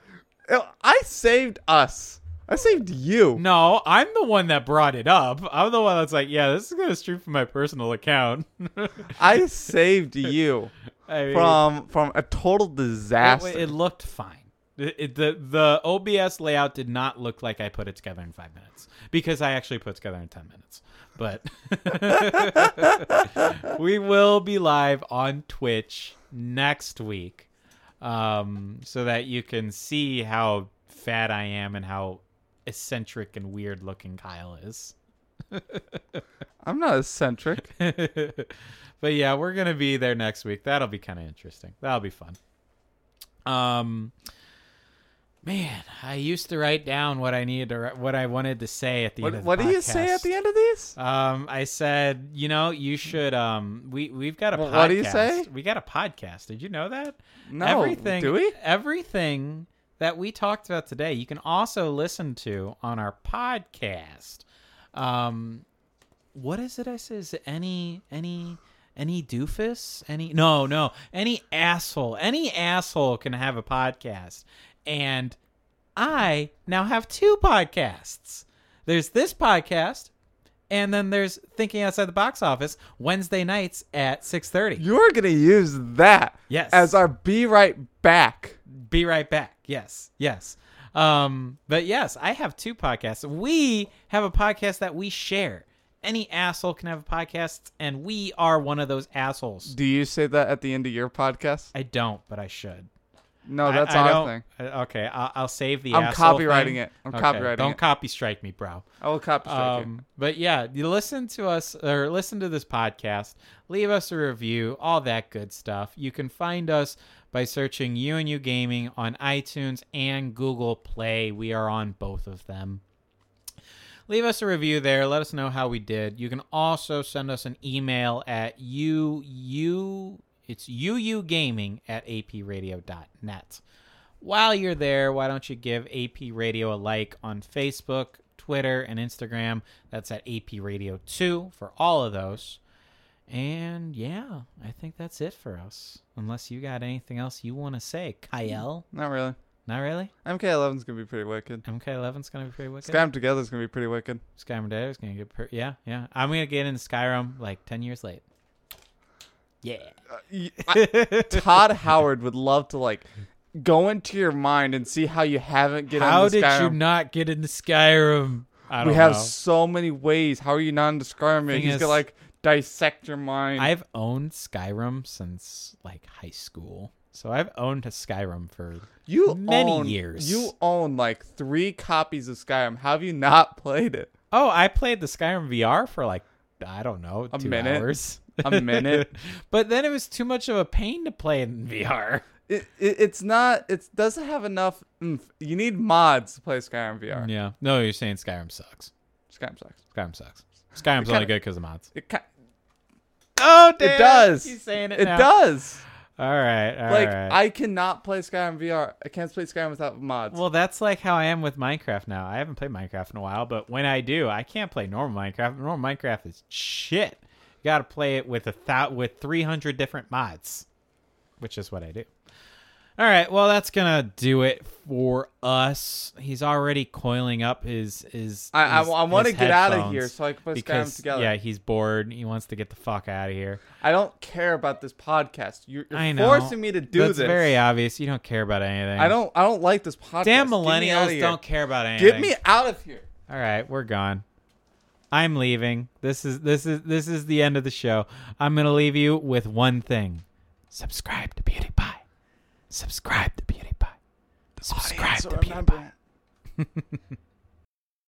B: Uh, I saved us. I saved you.
A: no, I'm the one that brought it up. I'm the one that's like, yeah, this is gonna stream from my personal account.
B: I saved you
A: I mean,
B: from from a total
A: It-
B: disaster.
A: It, looked fine. It- it- the the OBS layout did not look like I put it together in five minutes because I actually put it together in ten minutes. But we will be live on Twitch next week, um, so that you can see how fat I am and how eccentric and weird looking Kyle is.
B: I'm not eccentric.
A: but yeah, we're gonna be there next week. That'll be kind of interesting. That'll be fun. Um, man, I used to write down what I needed to, wri- what I wanted to say at the end.
B: what
A: Of
B: what
A: the
B: do you say at the end of these?
A: Um, I said, you know, you should. Um, we we've got a
B: Wh-
A: podcast.
B: what do you say?
A: We got a podcast. Did you know that?
B: No,
A: everything.
B: do we?
A: Everything that we talked about today, you can also listen to on our podcast. Um, what is it I say? Is it any any any doofus? Any no no any asshole? Any asshole can have a podcast, and I now have two podcasts. There's this podcast, and then there's Thinking Outside the Box Office Wednesday nights at six thirty.
B: You're gonna use that
A: Yes.
B: as our be right back.
A: be right back. Yes, yes. Um, but yes, I have two podcasts. We have a podcast that we share. Any asshole can have a podcast, and we are one of those assholes.
B: Do you say that at the end of your podcast?
A: I don't, but I should.
B: No, Oh, that's
A: I, I
B: our
A: don't-
B: thing.
A: uh, Okay, I'll, I'll save the.
B: I'm
A: asshole
B: copywriting
A: thing.
B: it. I'm
A: Okay,
B: copywriting
A: Don't
B: it.
A: copy strike me, bro.
B: I will copy strike you.
A: Um, but yeah, you listen to us or listen to this podcast, leave us a review, all that good stuff. You can find us by searching You and You Gaming on iTunes and Google Play. We are on both of them. Leave us a review there. Let us know how we did. You can also send us an email at you you it's uugaming at apradio.net. While you're there, why don't you give AP Radio a like on Facebook, Twitter, and Instagram? That's at AP Radio 2 for all of those. And yeah, I think that's it for us. Unless you got anything else you want to say, Kyle?
B: Not really.
A: Not really?
B: MK11's gonna be pretty wicked.
A: MK11's going to be pretty wicked.
B: Scam together is gonna be pretty wicked.
A: Skyrim Day is going to get per- Yeah, yeah. I'm going to get into Skyrim like 10 years late. Yeah.
B: Y- I- Todd Howard would love to like go into your mind and see how you haven't get
A: How
B: on the
A: did you
B: Skyrim.
A: not get into Skyrim? I don't
B: we have
A: know.
B: so many ways. How are you non-discriminate?
A: Thing
B: He's
A: is-
B: gonna like dissect your mind.
A: I've owned Skyrim since like high school. So I've owned a Skyrim for
B: you
A: many
B: own,
A: years.
B: You own like three copies of Skyrim. How have you not played it?
A: Oh, I played the Skyrim VR for like I don't know,
B: A
A: two
B: minute.
A: hours.
B: A minute.
A: but then it was too much of a pain to play in VR.
B: It, it it's not. It doesn't have enough. oomph. You need mods to play Skyrim VR.
A: Yeah. No, you're saying Skyrim sucks.
B: Skyrim sucks.
A: Skyrim sucks. Skyrim's
B: kinda-
A: only good because of mods.
B: It ki-
A: Oh,
B: it does.
A: He's saying it.
B: It
A: now.
B: does.
A: All right. all
B: like
A: right.
B: I cannot play Skyrim VR. I can't play Skyrim without mods.
A: Well, that's like how I am with Minecraft now. I haven't played Minecraft in a while, but when I do, I can't play normal Minecraft. Normal Minecraft is shit. You got to play it with a thou- with 300 different mods, which is what I do. All right, well that's gonna do it for us. He's already coiling up his his.
B: I I,
A: his-
B: I want to
A: his
B: get out of
A: headphones
B: here so I can play Skyrim
A: because
B: together.
A: yeah, he's bored. He wants to get the fuck out of here.
B: I don't care about this podcast. You're, you're
A: I know.
B: forcing me to do
A: That's
B: this.
A: very obvious. You don't care about anything.
B: I don't. I don't like this podcast.
A: Damn
B: Get me out of
A: millennials
B: here.
A: don't care about anything.
B: Get me out of here.
A: All right, we're gone. I'm leaving. This is this is this is the end of the show. I'm gonna leave you with one thing: subscribe to PewDiePie. Subscribe to PewDiePie. Subscribe to PewDiePie.